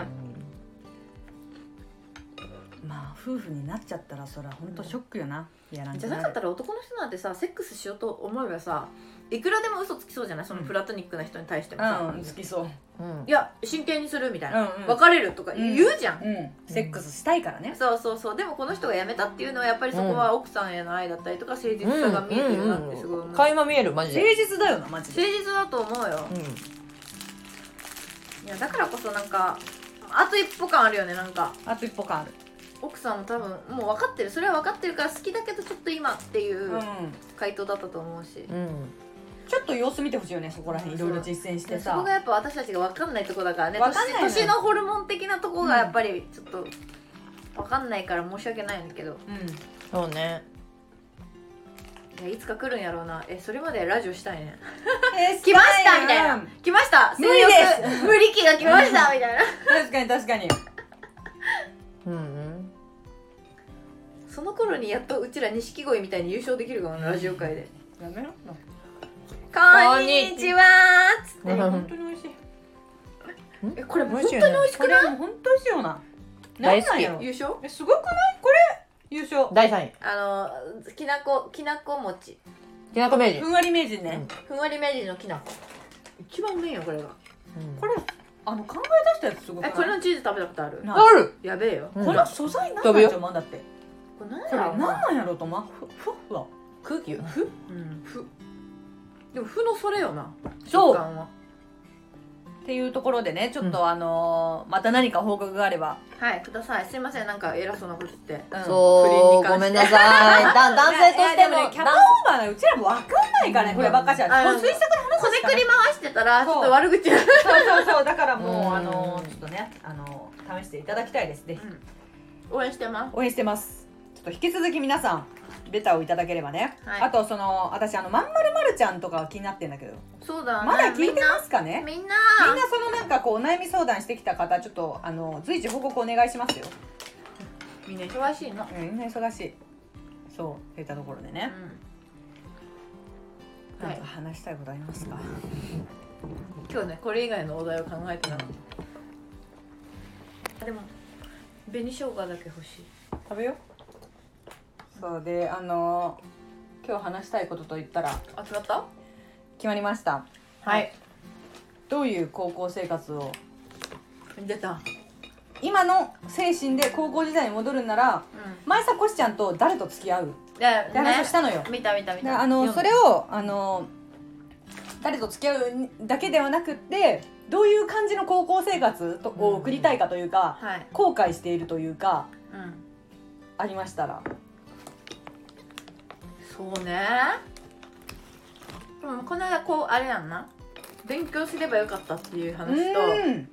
[SPEAKER 3] まあ夫婦になっちゃったらそれは本当ショックよな嫌なん
[SPEAKER 1] じ
[SPEAKER 3] じ
[SPEAKER 1] ゃ
[SPEAKER 3] ゃ
[SPEAKER 1] な
[SPEAKER 3] な
[SPEAKER 1] か
[SPEAKER 3] か
[SPEAKER 1] ったら男の人なんてさセックスしようと思えばさいくらでも嘘つきそうじゃないそのプラトニックな人に対してもさ、
[SPEAKER 3] うん好きそう
[SPEAKER 2] うん
[SPEAKER 1] いや真剣にするみたいな、
[SPEAKER 3] うんうん
[SPEAKER 1] 別れるとか言うじゃん、
[SPEAKER 3] うんセックスしたいからね
[SPEAKER 1] そうそうそうでもこの人が辞めたっていうのはやっぱりそこは奥さんへの愛だったりとか誠実さが見えてるなってすごい思う、
[SPEAKER 2] 垣間見えるマジ
[SPEAKER 3] 誠
[SPEAKER 2] で、
[SPEAKER 3] 実だよなマジで
[SPEAKER 1] 誠実だと思うよ
[SPEAKER 2] うん
[SPEAKER 1] いやだからこそなんかあと一歩感あるよねなんか
[SPEAKER 3] あと一歩感ある
[SPEAKER 1] 奥さんも多分もう分かってるそれは分かってるから好きだけどちょっと今っていう回答だったと思うし、
[SPEAKER 2] うん
[SPEAKER 3] ちょっと様子見てほしいよねそこら辺いろいろ実践して
[SPEAKER 1] でそ
[SPEAKER 3] さ
[SPEAKER 1] こがやっぱ私たちが分かんないとこだからね
[SPEAKER 3] 分かんないのよ
[SPEAKER 1] 年年のホルモン的なとこがやっぱりちょっと分かんないから申し訳ないんだけど
[SPEAKER 3] う
[SPEAKER 2] そうね
[SPEAKER 1] いやいつか来るんやろうなえそれまでラジオしたいね
[SPEAKER 3] ん、え
[SPEAKER 1] 来ましたみたいな来ました
[SPEAKER 3] 無理です
[SPEAKER 1] す無理期が来ましたみたいな
[SPEAKER 3] 確かに確かに
[SPEAKER 2] うんうん
[SPEAKER 1] その頃にやっとうちら錦鯉みたいに優勝できるかもなラジオ界で
[SPEAKER 3] やめろ
[SPEAKER 1] 「こんにちは」っつっ
[SPEAKER 2] うん
[SPEAKER 1] て
[SPEAKER 3] 本当に美味しい
[SPEAKER 1] えこれ本
[SPEAKER 2] 美味
[SPEAKER 1] 当
[SPEAKER 2] しい
[SPEAKER 1] に
[SPEAKER 2] よ
[SPEAKER 1] 美
[SPEAKER 2] ね
[SPEAKER 1] 味し
[SPEAKER 3] こ
[SPEAKER 1] く
[SPEAKER 3] れ
[SPEAKER 1] ない
[SPEAKER 3] もう本当美味しいよな
[SPEAKER 2] 大好き
[SPEAKER 3] なんなんやろ
[SPEAKER 1] 優勝
[SPEAKER 3] えすごくないこれ優勝
[SPEAKER 2] 第3位
[SPEAKER 1] あのきなこきなこ餅
[SPEAKER 2] きなこ名人
[SPEAKER 3] ふんわり名人ね、
[SPEAKER 1] ふんわり名人のきなこ一番うめえよこれが
[SPEAKER 2] うん
[SPEAKER 3] これあの考え出したやつすごくな
[SPEAKER 1] え
[SPEAKER 3] い
[SPEAKER 1] これのチーズ食べたことある
[SPEAKER 3] な
[SPEAKER 2] ある
[SPEAKER 1] やべえよ
[SPEAKER 2] うん
[SPEAKER 3] この素材なん
[SPEAKER 2] 飛
[SPEAKER 3] な
[SPEAKER 2] ぶ
[SPEAKER 3] ん
[SPEAKER 2] よ
[SPEAKER 3] やろまだって
[SPEAKER 1] これ何
[SPEAKER 3] これ
[SPEAKER 1] や
[SPEAKER 3] な
[SPEAKER 1] ろ
[SPEAKER 3] んなんやろとまふふわふわ
[SPEAKER 2] 空気
[SPEAKER 1] うんふでもふのそれよな
[SPEAKER 3] そう
[SPEAKER 1] 食感は
[SPEAKER 3] っていうところでねちょっとあのーまた何か報告があれば、
[SPEAKER 1] はいくださいすいませんなんか偉そうなこと言って
[SPEAKER 3] うん
[SPEAKER 2] そうごめんなさいだ男性として
[SPEAKER 3] いやいやでもね
[SPEAKER 2] も
[SPEAKER 3] キャパオーバーなうちらも分かんないからね、
[SPEAKER 2] うん
[SPEAKER 3] こればっかしは
[SPEAKER 1] あ
[SPEAKER 3] こ
[SPEAKER 1] の
[SPEAKER 3] う推測で
[SPEAKER 1] こ
[SPEAKER 3] 話
[SPEAKER 1] ね
[SPEAKER 3] しか
[SPEAKER 1] くり回してたらち
[SPEAKER 3] そう
[SPEAKER 1] ょっと悪口言う
[SPEAKER 3] そうそうそうだからもう、
[SPEAKER 2] うん
[SPEAKER 3] あのーちょっとねあのー試していただきたいですね、
[SPEAKER 1] 応援してます
[SPEAKER 3] 応援してますちょっと引き続き皆さんベタをいただければね、
[SPEAKER 1] はい
[SPEAKER 3] あとその私あのまんまるまるちゃんとかは気になってんだけど
[SPEAKER 1] そうだね
[SPEAKER 3] まだ聞いてますかね
[SPEAKER 1] みんな
[SPEAKER 3] みんなそのなんかこうお悩み相談してきた方ちょっとあの随時報告お願いしますよ、
[SPEAKER 1] みんな忙しいの
[SPEAKER 3] うん、みんな忙しいそうといったところでね、
[SPEAKER 1] うんはい
[SPEAKER 3] なんか話したいことありますか、
[SPEAKER 1] 今日ねこれ以外のお題を考えてなかっ
[SPEAKER 3] 食
[SPEAKER 1] たでも紅生姜だけ欲しい
[SPEAKER 3] べようそうであの今日話したいことといったら
[SPEAKER 1] あ決まった
[SPEAKER 3] 決まりました
[SPEAKER 1] はい
[SPEAKER 3] どういう高校生活を
[SPEAKER 1] 出た
[SPEAKER 3] 今の精神で高校時代に戻るんなら
[SPEAKER 1] う
[SPEAKER 3] 前さこしちゃんと誰と付き合うっ
[SPEAKER 1] んだよ
[SPEAKER 3] て話を
[SPEAKER 1] ね
[SPEAKER 3] したのよ、
[SPEAKER 1] 見た見た見
[SPEAKER 3] で
[SPEAKER 1] た
[SPEAKER 3] あのそれ
[SPEAKER 1] を
[SPEAKER 3] をあの誰と付き合うだけではなくってどういう感じの高校生活とを送りたいかというか、
[SPEAKER 1] はい
[SPEAKER 3] 後悔しているというか
[SPEAKER 1] うん
[SPEAKER 3] ありましたら
[SPEAKER 1] そうねでもこの間こうあれやんな勉強すればよかったっていう話と
[SPEAKER 3] うん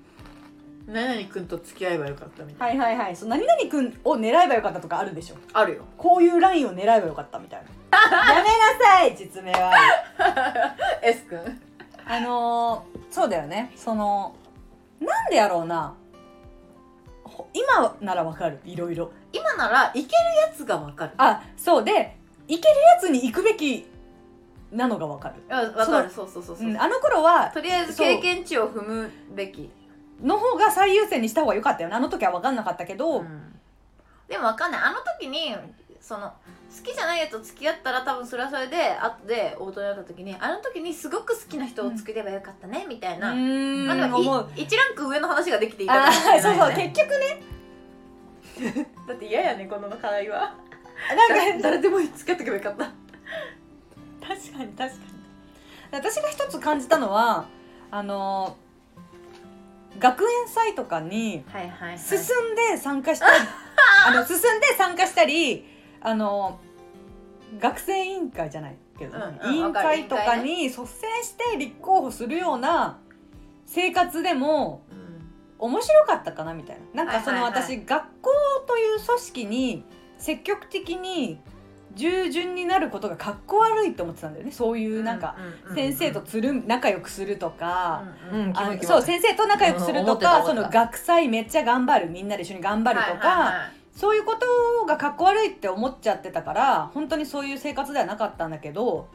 [SPEAKER 1] 何々君と付き合えばよかったみたい
[SPEAKER 3] はいはいはいそう何々君を狙えばよかったとかあるでしょ
[SPEAKER 1] なあるよ
[SPEAKER 3] こういうラインを狙えばよかったみた <laughs> いなやめなさい実名は
[SPEAKER 1] S 君
[SPEAKER 3] あのーそうだよねそのなんでやろうなほ今ならわかるいろいろ
[SPEAKER 1] 今ならいけるやつがわかる
[SPEAKER 3] あそうで行けるやつに行くべきなのがわかる、
[SPEAKER 1] あわかるそうそうそうそう、
[SPEAKER 3] うんあの頃は
[SPEAKER 1] とりあえず経験値を踏むべき、
[SPEAKER 3] の方が最優先にした方が良かったよねあの時は分かんなかったけど、
[SPEAKER 1] うんでもわかんないあの時にその好きじゃないやつと付き合ったら多分それはそれで後で大人になった時にあの時にすごく好きな人を作ればよかったね、みたいな、
[SPEAKER 3] ん
[SPEAKER 1] まあでもい
[SPEAKER 3] 思う
[SPEAKER 1] 一ランク上の話ができていたか
[SPEAKER 3] あ
[SPEAKER 1] もしれない
[SPEAKER 3] ー
[SPEAKER 1] ね
[SPEAKER 3] そうそう結局ね
[SPEAKER 1] だって嫌やねこの課題は
[SPEAKER 3] なん
[SPEAKER 1] <laughs>
[SPEAKER 3] か
[SPEAKER 1] 誰でも付き合ってけばよかった
[SPEAKER 3] 確かに確かに私が一つ感じたのはあのー学園祭とかに
[SPEAKER 1] はいはい、はい、
[SPEAKER 3] 進んで参加したりあの進んで参加したりあの学生委員会じゃないけど、
[SPEAKER 1] うんうん
[SPEAKER 3] 委員会とかに率先して立候補するような生活でも
[SPEAKER 1] うん
[SPEAKER 3] 面白かったかなみたいななんかその
[SPEAKER 1] はいはいはい
[SPEAKER 3] 私、学校という組織に積極的に従順になることがかっこ悪いと思ってたんだよねそういうなんか、
[SPEAKER 1] うう
[SPEAKER 3] 先生とつるん仲良くするとか。
[SPEAKER 1] うんうん
[SPEAKER 2] うん
[SPEAKER 3] あ
[SPEAKER 2] キモい
[SPEAKER 3] の
[SPEAKER 2] キモい
[SPEAKER 3] そう先生と仲良くすると
[SPEAKER 2] う
[SPEAKER 3] か
[SPEAKER 2] ん
[SPEAKER 3] そ
[SPEAKER 2] 思ってた思
[SPEAKER 3] の
[SPEAKER 2] ってた
[SPEAKER 3] 学祭めっちゃ頑張るみんなで一緒に頑張るとか、
[SPEAKER 1] はいはいはい
[SPEAKER 3] そういうことがかっこ悪いって思っちゃってたから本当にそういう生活ではなかったんだけど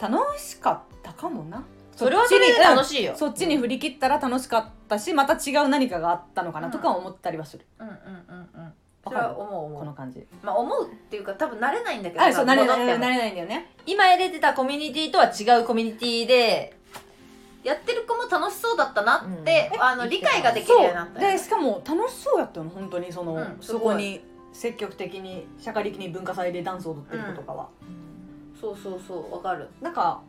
[SPEAKER 3] 楽しかったかもな
[SPEAKER 2] それはそれで楽しいよ、
[SPEAKER 3] うんそっちに振り切ったら楽しかったしまた違う何かがあったのかなとか思ったりはする、
[SPEAKER 1] うんうんうんうん
[SPEAKER 3] わ
[SPEAKER 1] そ
[SPEAKER 3] か
[SPEAKER 1] れ
[SPEAKER 3] る
[SPEAKER 1] は思う思
[SPEAKER 3] こ
[SPEAKER 1] う
[SPEAKER 3] の感じ
[SPEAKER 1] まあ思うっていうか多分慣れないんだけど
[SPEAKER 3] あそう
[SPEAKER 1] ま
[SPEAKER 3] な
[SPEAKER 1] あ
[SPEAKER 3] れな
[SPEAKER 1] 戻
[SPEAKER 3] い
[SPEAKER 1] っ
[SPEAKER 3] な
[SPEAKER 1] て
[SPEAKER 3] れ
[SPEAKER 1] も
[SPEAKER 3] ないんだよね
[SPEAKER 2] 今入れてたコミュニティとは違うコミュニティで
[SPEAKER 1] やってる子も楽しそうだったなって、あの
[SPEAKER 2] 言っ
[SPEAKER 1] 理
[SPEAKER 2] てた
[SPEAKER 1] 解ができるようになっ
[SPEAKER 3] そう
[SPEAKER 1] たよ
[SPEAKER 3] で
[SPEAKER 1] ね
[SPEAKER 3] しかも楽しそうやったの本当にその、
[SPEAKER 1] うんす
[SPEAKER 3] そ
[SPEAKER 1] ごい
[SPEAKER 3] こに積極的に社会的に文化祭でダンスを踊ってる子とかは、
[SPEAKER 1] そうそうそうわかる
[SPEAKER 3] なんか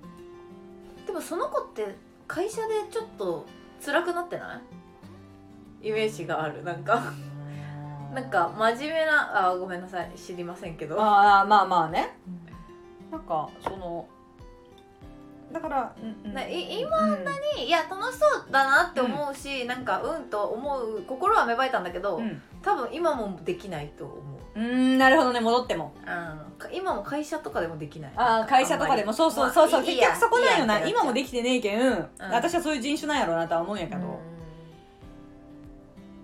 [SPEAKER 1] でもその子って会社でちょっと辛くなってないイメージがあるなんか <laughs> なんか真面目なあごめんなさい知りませんけどうん
[SPEAKER 3] ああまあまあねなんかそのだから、うんうん
[SPEAKER 1] ないういや楽しそうだなって思うし、なんかうんと思う心は芽生えたんだけど、
[SPEAKER 3] うん、
[SPEAKER 1] 多分今もできないと思う
[SPEAKER 3] うんうんなるほどね戻っても
[SPEAKER 1] うん今も会社とかでもできない
[SPEAKER 3] ああ会社とかでもそうそう
[SPEAKER 1] まあ
[SPEAKER 3] そうそう、
[SPEAKER 1] いい
[SPEAKER 3] 結
[SPEAKER 1] や
[SPEAKER 3] 局そこなんよ
[SPEAKER 1] いい
[SPEAKER 3] な
[SPEAKER 1] や
[SPEAKER 3] 今もできてねえけん、私はそういう人種なんやろうなとは思うんやけ
[SPEAKER 2] うん
[SPEAKER 3] ど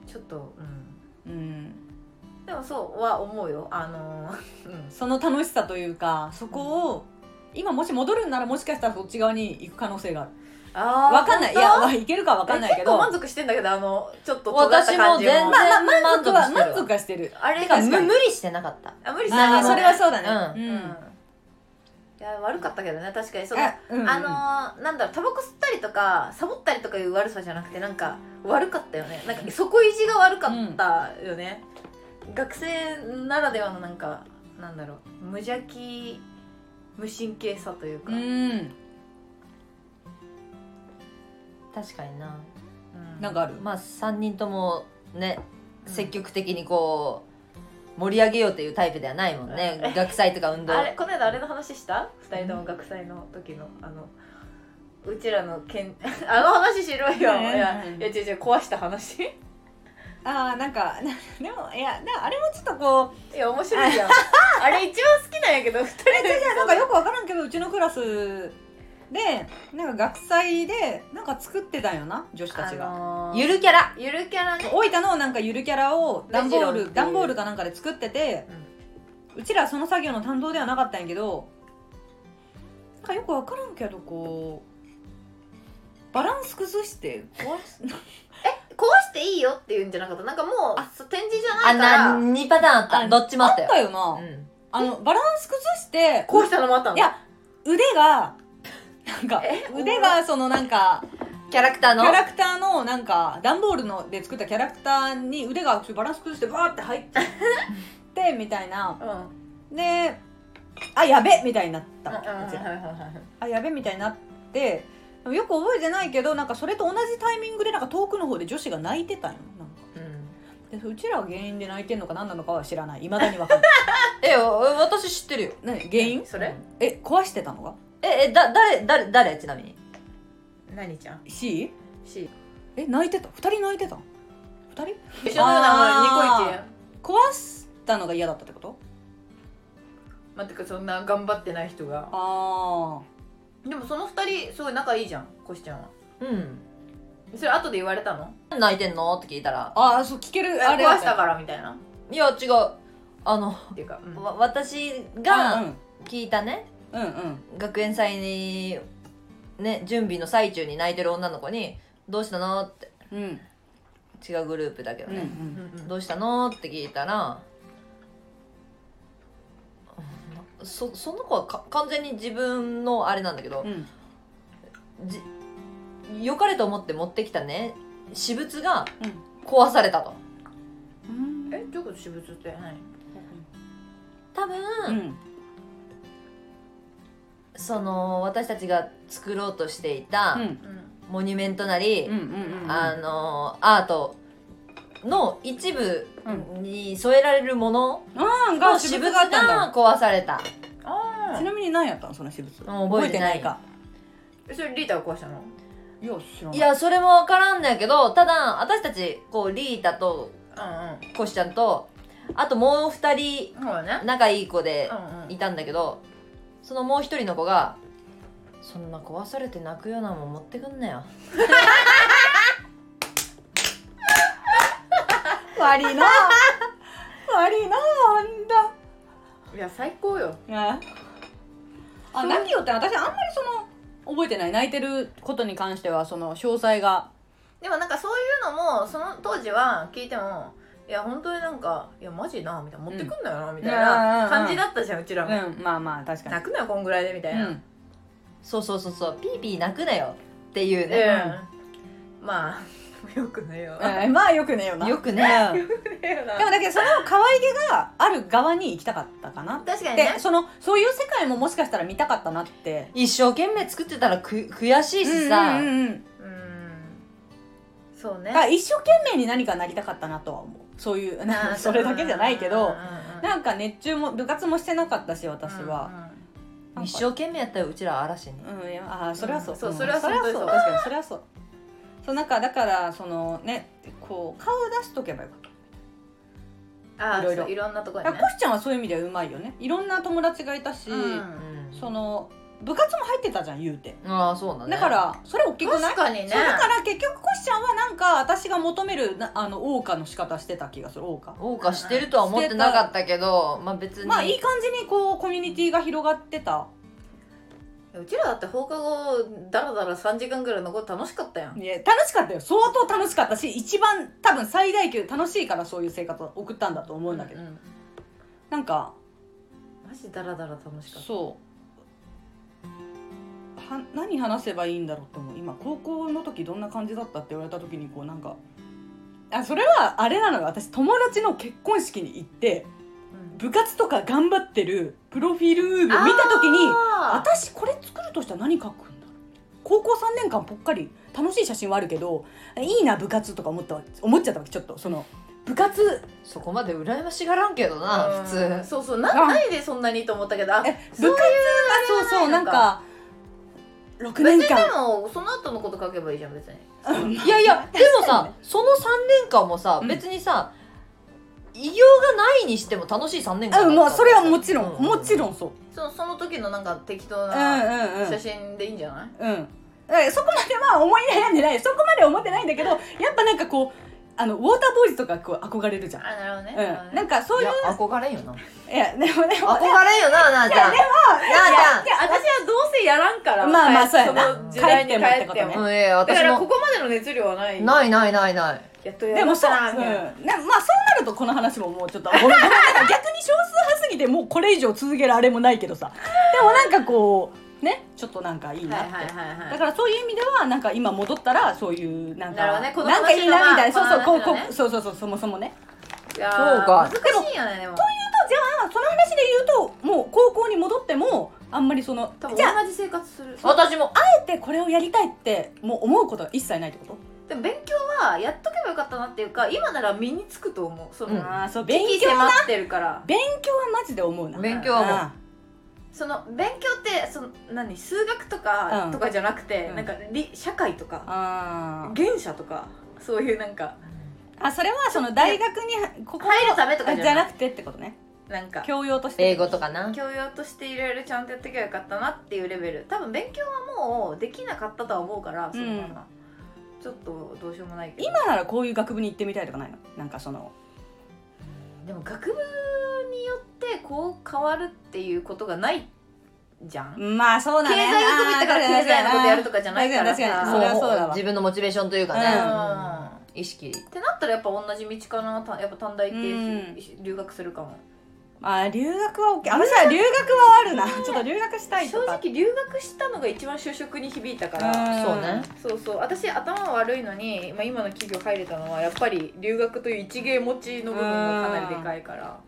[SPEAKER 1] ちょっとうん
[SPEAKER 3] うん、
[SPEAKER 1] でもそうは思うよあのーうん
[SPEAKER 3] その楽しさというかそこを、今もし戻るんならもしかしたらそっち側に行く可能性がある <laughs>
[SPEAKER 1] あ
[SPEAKER 3] わかんないいや
[SPEAKER 1] わ
[SPEAKER 3] わいけるかわかんないけ
[SPEAKER 1] 結
[SPEAKER 3] ど
[SPEAKER 1] 構
[SPEAKER 3] ま
[SPEAKER 1] 満
[SPEAKER 3] あ
[SPEAKER 1] 足してんだけどあのちょっと尖った
[SPEAKER 2] 私も
[SPEAKER 1] 感じ
[SPEAKER 2] 全然
[SPEAKER 1] も
[SPEAKER 3] まあ満
[SPEAKER 2] 満
[SPEAKER 3] 足
[SPEAKER 2] 足
[SPEAKER 3] は
[SPEAKER 2] して
[SPEAKER 3] 満
[SPEAKER 2] る
[SPEAKER 3] 足はしてる
[SPEAKER 1] あれ
[SPEAKER 3] てか
[SPEAKER 1] が
[SPEAKER 3] 確か
[SPEAKER 2] む
[SPEAKER 3] に
[SPEAKER 2] 無理してなかった
[SPEAKER 1] あ無理し
[SPEAKER 3] あ
[SPEAKER 1] な
[SPEAKER 3] あ
[SPEAKER 1] い
[SPEAKER 3] それはそうだ
[SPEAKER 2] う
[SPEAKER 3] ね
[SPEAKER 1] うん、
[SPEAKER 3] うん
[SPEAKER 1] いや悪かったけどね確かにその
[SPEAKER 3] あ
[SPEAKER 1] あ
[SPEAKER 3] うんうん
[SPEAKER 1] のーなんだろうタバコ吸ったりとかサボったりとかいう悪さじゃなくてなんか悪かったよねなんか底意地が悪かったよね、学生ならではのなんかなんだろう無邪気無神経さというか、
[SPEAKER 3] うん
[SPEAKER 2] 確かにな
[SPEAKER 1] うん
[SPEAKER 3] なんかある、
[SPEAKER 2] まあ3人ともね
[SPEAKER 1] うん
[SPEAKER 2] 積極的にこう盛り上げようというタイプではないもんね学祭とか運動
[SPEAKER 1] あれこの間あれの話した2人とも学祭の時のあのうちらのけんあの話しろよ、
[SPEAKER 3] ね
[SPEAKER 1] いやいや違う違う壊した話 <laughs> い
[SPEAKER 3] ああなんか <laughs> なでもいやなあれもちょっとこう
[SPEAKER 1] や面白いじゃん <laughs> あれ一番好きなんやけど2人
[SPEAKER 3] え違う違うなんかよく分からんけどうちのクラスでなんか学祭でなんか作ってたんよな女子たちが。
[SPEAKER 1] のー
[SPEAKER 2] ゆるキャラ
[SPEAKER 1] ゆるキャラね
[SPEAKER 3] 大分のなんかゆるキャラを段ボー
[SPEAKER 1] レジロンってい
[SPEAKER 3] ル
[SPEAKER 1] う
[SPEAKER 3] 段ボールかなんかで作ってて、うちらはその作業の担当ではなかったんやけどなんかよく分からんけどこうバランス崩して壊す
[SPEAKER 1] 壊していいよって言うんじゃなかったなんかもう
[SPEAKER 2] あ
[SPEAKER 1] そう展示じゃ
[SPEAKER 2] あ
[SPEAKER 1] ないから
[SPEAKER 2] んな2パターンあった
[SPEAKER 3] あ
[SPEAKER 2] どっちもあ
[SPEAKER 3] あ
[SPEAKER 2] っ
[SPEAKER 3] った
[SPEAKER 2] よ
[SPEAKER 3] たよな、
[SPEAKER 2] うん
[SPEAKER 3] あのバランス崩して
[SPEAKER 1] こうしたのもあったの
[SPEAKER 3] いや腕がなんか
[SPEAKER 1] え
[SPEAKER 3] 腕がそのなんか
[SPEAKER 2] キャラクター
[SPEAKER 3] キ
[SPEAKER 2] の
[SPEAKER 3] ャラクターのなんか段ボールので作ったキャラクターに腕がバランス崩してバーって入ってみたいな
[SPEAKER 1] うんうん
[SPEAKER 3] であやべみたいになった
[SPEAKER 1] うん
[SPEAKER 3] うちら
[SPEAKER 1] はいはいはい
[SPEAKER 3] あやべみたいになってでもよく覚えてないけどなんかそれと同じタイミングでなんか遠くの方で女子が泣いてたんよなんか
[SPEAKER 2] うん
[SPEAKER 3] でそうちらが原因で泣いてんのか何なのかは知らないいまだに分かん
[SPEAKER 1] <laughs>
[SPEAKER 3] ない
[SPEAKER 2] えお私知ってるよ
[SPEAKER 3] 何原因
[SPEAKER 1] それ
[SPEAKER 3] え壊してたのが
[SPEAKER 2] ええだ誰誰誰ちなみに
[SPEAKER 1] 何ちゃん
[SPEAKER 3] C?
[SPEAKER 1] C
[SPEAKER 3] え泣いてた2人泣いてた2人
[SPEAKER 1] 一緒のような
[SPEAKER 3] あー
[SPEAKER 1] ニコイチやん
[SPEAKER 3] 壊したのが嫌だったってこと
[SPEAKER 1] まあ、てかそんな頑張ってない人が
[SPEAKER 3] あ
[SPEAKER 1] でもその2人すごい仲いいじゃんコシちゃんは
[SPEAKER 2] うん
[SPEAKER 1] それ後で言われたの
[SPEAKER 2] 泣いてんのって聞いたら
[SPEAKER 3] あああそう聞けるあ
[SPEAKER 1] 壊
[SPEAKER 3] れだっ
[SPEAKER 1] したからみたいない
[SPEAKER 2] や違うあの
[SPEAKER 1] っていうか、うん
[SPEAKER 2] わ私
[SPEAKER 3] あ
[SPEAKER 2] が聞いたね
[SPEAKER 3] うんうんうん
[SPEAKER 2] 学園祭にね準備の最中に泣いてる女の子に「どうしたの?」って
[SPEAKER 3] うんうん
[SPEAKER 2] 違うグループだけど
[SPEAKER 3] うんう
[SPEAKER 2] ね
[SPEAKER 1] うん
[SPEAKER 3] ん
[SPEAKER 2] 「どうしたの?」って聞いたらうんそその子はか完全に自分のあれなんだけど
[SPEAKER 3] うん
[SPEAKER 2] じ良かれと思って持ってきたね私物が壊されたと
[SPEAKER 3] うん
[SPEAKER 1] えどういうこと私物って何
[SPEAKER 2] 多分、
[SPEAKER 3] うん
[SPEAKER 2] その私たちが作ろうとしていた
[SPEAKER 3] うん
[SPEAKER 1] うん
[SPEAKER 2] モニュメントなり、
[SPEAKER 3] うんうんうん
[SPEAKER 2] あのアートの一部に添えられるもの
[SPEAKER 3] あ
[SPEAKER 2] の
[SPEAKER 3] が
[SPEAKER 2] 私
[SPEAKER 3] 私
[SPEAKER 2] 物
[SPEAKER 3] 物があったん
[SPEAKER 2] が
[SPEAKER 3] だ
[SPEAKER 2] 壊された
[SPEAKER 1] あ
[SPEAKER 3] ちなみに何やったのその私物
[SPEAKER 2] もう覚えてない
[SPEAKER 3] か
[SPEAKER 1] あそれリータが壊したの
[SPEAKER 3] いや知らない
[SPEAKER 2] いやそれも分からんのやけどただ私たちこうリータと
[SPEAKER 1] う
[SPEAKER 2] コシちゃんとあともう二人
[SPEAKER 1] んうんほらね
[SPEAKER 2] 仲いい子で
[SPEAKER 1] うんうん
[SPEAKER 2] いたんだけどそのもう一人の子が「そんな壊されて泣くようなもん持ってくんなよ
[SPEAKER 3] 悪いな悪いなあんだ
[SPEAKER 1] いや最高よ
[SPEAKER 3] いやあ
[SPEAKER 1] そう
[SPEAKER 3] 泣きよって私あんまりその覚えてない泣いてることに関してはその詳細が
[SPEAKER 1] でもなんかそういうのもその当時は聞いてもいや本当になんかいやマジなみたいな持ってくんなよな、みたいな感じだったじゃんうちら
[SPEAKER 3] う
[SPEAKER 1] も、
[SPEAKER 3] んまあまあ確か
[SPEAKER 1] 泣くなよこんぐらいでみたい
[SPEAKER 3] にう
[SPEAKER 1] な、
[SPEAKER 3] ん」
[SPEAKER 2] そうそうそうそうピーピー泣くなよっていうね、
[SPEAKER 1] うんまあ <laughs> よくないよな
[SPEAKER 3] うんまあよくねえよな
[SPEAKER 2] よくね
[SPEAKER 3] うん
[SPEAKER 1] でも
[SPEAKER 3] でもだけどそれを可愛げがある側に行きたかったかなっ
[SPEAKER 1] 確かにね
[SPEAKER 3] てそのそういう世界ももしかしたら見たかったなって
[SPEAKER 2] 一生懸命作ってたらく悔しいしさ、
[SPEAKER 3] うんうんうんうん
[SPEAKER 1] うんそうね
[SPEAKER 3] だから一生懸命に何かなりたかったなとは思うそういう
[SPEAKER 1] あー
[SPEAKER 3] それだけじゃないけ
[SPEAKER 1] うん
[SPEAKER 3] ど
[SPEAKER 1] うんうん
[SPEAKER 3] なんか熱中も部活もしてなかったし私は、なんか
[SPEAKER 2] 一生懸命やったようちら嵐に、
[SPEAKER 3] うんいやあーそれはそう,
[SPEAKER 1] うん
[SPEAKER 3] ん、
[SPEAKER 1] そうそれは
[SPEAKER 3] そ
[SPEAKER 1] そう
[SPEAKER 3] れはそう
[SPEAKER 1] 本当にそう
[SPEAKER 3] 確かにそれはそうそうなんかだからそのねこう顔を出しとけばよかった
[SPEAKER 1] うんああ
[SPEAKER 3] い
[SPEAKER 1] そ
[SPEAKER 3] ろ
[SPEAKER 1] うい
[SPEAKER 3] いろ
[SPEAKER 1] ろんなとこに
[SPEAKER 3] だ
[SPEAKER 1] ね
[SPEAKER 3] からコシちゃんはそういう意味ではうまいよねいろんな友達がいたし、
[SPEAKER 1] うん
[SPEAKER 2] うん
[SPEAKER 3] その部活も入ってたじゃん言うて
[SPEAKER 2] ああそうだね
[SPEAKER 3] だからそれ大きくない
[SPEAKER 1] 確かにね
[SPEAKER 3] そうだから結局コシちゃんはなんか私が求めるなあの謳歌の仕方してた気がする謳歌
[SPEAKER 2] 謳歌してるとは思ってなかったけどまあ別に
[SPEAKER 3] まあいい感じにこうコミュニティが広がってた
[SPEAKER 1] うちらだって放課後だらだら3時間ぐらい残る楽しかったやん
[SPEAKER 3] いや楽しかったよ相当楽しかったし一番多分最大級楽しいからそういう生活を送ったんだと思うんだけど、
[SPEAKER 1] うんうん
[SPEAKER 3] なんか
[SPEAKER 1] マジだらだら楽しかった
[SPEAKER 3] そうは何話せばいいんだろうって思う今高校の時どんな感じだったって言われた時にこうなんかあそれはあれなのよ私友達の結婚式に行って
[SPEAKER 1] うん
[SPEAKER 3] 部活とか頑張ってるプロフィールを見た時に
[SPEAKER 1] あー
[SPEAKER 3] 私これ作るとしたら何書くんだろう高校3年間ぽっかり楽しい写真はあるけどいいな部活とか思ったわけ思っちゃったわけちょっとその部活
[SPEAKER 2] そこまで羨ましがらんけど
[SPEAKER 1] う
[SPEAKER 2] な、
[SPEAKER 1] ん
[SPEAKER 2] 普通
[SPEAKER 1] そうそうな
[SPEAKER 3] あ
[SPEAKER 1] ないでそんなにと思ったけどあ
[SPEAKER 3] え
[SPEAKER 1] そう
[SPEAKER 3] 部活がそうそうな
[SPEAKER 1] な
[SPEAKER 3] んん
[SPEAKER 1] か
[SPEAKER 3] か6
[SPEAKER 1] 別
[SPEAKER 3] 年
[SPEAKER 1] にで
[SPEAKER 3] 間
[SPEAKER 1] もその後のこと書けばいいじゃん別に
[SPEAKER 2] いや
[SPEAKER 3] <laughs>
[SPEAKER 2] いやでもさその3年間もさ、
[SPEAKER 3] うん
[SPEAKER 2] 別にさ異様がないにしても楽しい3年間だ
[SPEAKER 3] うん
[SPEAKER 2] った
[SPEAKER 3] も
[SPEAKER 2] わ
[SPEAKER 3] う
[SPEAKER 2] け
[SPEAKER 3] それはもちろん
[SPEAKER 2] う
[SPEAKER 3] もちろんそう
[SPEAKER 1] そその時のなんか適当
[SPEAKER 3] うん
[SPEAKER 1] な
[SPEAKER 3] うんうん
[SPEAKER 1] 写真でいいんじゃない、
[SPEAKER 3] うん、だからそこまでは思い悩んでないそこまで思ってないんだけどやっぱなんかこうあのウォーターボーイズとかこう憧れるじゃん、
[SPEAKER 1] あなるほどね、
[SPEAKER 3] うん、
[SPEAKER 1] な
[SPEAKER 3] なんん
[SPEAKER 1] か
[SPEAKER 3] かそう
[SPEAKER 2] い
[SPEAKER 3] いう
[SPEAKER 2] や憧れん
[SPEAKER 3] <laughs>
[SPEAKER 2] よな
[SPEAKER 3] えでもでも
[SPEAKER 1] 憧れんよななあちゃんなあち
[SPEAKER 3] いや
[SPEAKER 1] ゃん私はどうせやらんから
[SPEAKER 3] まあまあそうやな
[SPEAKER 1] その時代に帰っても
[SPEAKER 3] 帰ってもってこと
[SPEAKER 2] うんいやいや
[SPEAKER 1] だか
[SPEAKER 2] 私
[SPEAKER 1] らこ
[SPEAKER 2] も
[SPEAKER 1] こまでの熱量はない
[SPEAKER 2] ないないないない
[SPEAKER 1] やっとや
[SPEAKER 3] でもそう、
[SPEAKER 1] な
[SPEAKER 3] うん、なまあそうなるとこの話ももうちょっ
[SPEAKER 1] <laughs>
[SPEAKER 3] とごめんごめんなんか逆に少数派すぎてもうこれ以上続けるあれもないけどさでもなんかこうねちょっとなんかいいな
[SPEAKER 1] は
[SPEAKER 3] っ
[SPEAKER 1] い
[SPEAKER 3] て、
[SPEAKER 1] はいはいはい
[SPEAKER 3] だからそういう意味ではなんか今戻ったらそういうなんか
[SPEAKER 1] なるほどねこの
[SPEAKER 3] なんかいいなみたいなそうそう
[SPEAKER 1] 話の
[SPEAKER 3] こう
[SPEAKER 1] まあ
[SPEAKER 3] こ
[SPEAKER 1] この話のね
[SPEAKER 3] うそうそうそうそもそもね
[SPEAKER 1] いや
[SPEAKER 2] そうか
[SPEAKER 1] ー難しいよねでも
[SPEAKER 3] まあその話で言うともう高校に戻ってもあんまりその
[SPEAKER 1] 多
[SPEAKER 3] じゃあ
[SPEAKER 1] 分同じ生活する
[SPEAKER 2] 私も
[SPEAKER 3] あえてこれをやりたいってもう思うことは一切ないってこと、
[SPEAKER 1] でも勉強はやっとけばよかったなっていうか今なら身につくと思うその、
[SPEAKER 2] うん
[SPEAKER 3] ああそう勉
[SPEAKER 1] 勉強
[SPEAKER 3] 強
[SPEAKER 1] 迫
[SPEAKER 3] は
[SPEAKER 1] ってるから
[SPEAKER 3] 勉強はマジで思うな
[SPEAKER 2] 勉強はもう
[SPEAKER 3] あ
[SPEAKER 1] その勉強ってその何数学とか、
[SPEAKER 3] うん
[SPEAKER 1] とかじゃなくて、
[SPEAKER 3] うん
[SPEAKER 1] なんか理社会とか
[SPEAKER 3] あ
[SPEAKER 1] 原社とかそういうなんか
[SPEAKER 3] あそれはその大学にここの
[SPEAKER 1] 入るためとかじ
[SPEAKER 3] じゃ
[SPEAKER 1] ゃな
[SPEAKER 3] な
[SPEAKER 1] く
[SPEAKER 3] くてってことね
[SPEAKER 1] なんか
[SPEAKER 3] 教養として
[SPEAKER 2] 英語とかな
[SPEAKER 1] 教養としていろいろちゃんとやってけばよかったなっていうレベル多分勉強はもうできなかったとは思うからそのまま、ちょっとどうしようもないけど
[SPEAKER 3] 今ならこういう学部に行ってみたいとかないのなんかその
[SPEAKER 1] でも学部によってこう変わるっていうことがないじゃん、
[SPEAKER 3] まあそうだね
[SPEAKER 1] 経済学部行ったから経済のことやると
[SPEAKER 3] か
[SPEAKER 1] かじゃないから
[SPEAKER 3] 確
[SPEAKER 1] さ
[SPEAKER 3] かに確かにそ
[SPEAKER 2] もう
[SPEAKER 3] れはそうだわ
[SPEAKER 2] 自分のモチベーションというか
[SPEAKER 1] うん
[SPEAKER 2] ね、意識
[SPEAKER 1] ってなったらやっぱ同じ道かなたやっぱ短大行って、
[SPEAKER 3] う
[SPEAKER 1] 留学するかも
[SPEAKER 3] あ留学は OK 私は留学はあるなちょっと留学したい
[SPEAKER 1] 正
[SPEAKER 3] とか
[SPEAKER 1] 直留学したのが一番就職に響いたから、
[SPEAKER 3] ん
[SPEAKER 2] そうね
[SPEAKER 1] そうそう私頭悪いのに、まあ、今の企業入れたのはやっぱり留学という一芸持ちの部分がかなりでかいから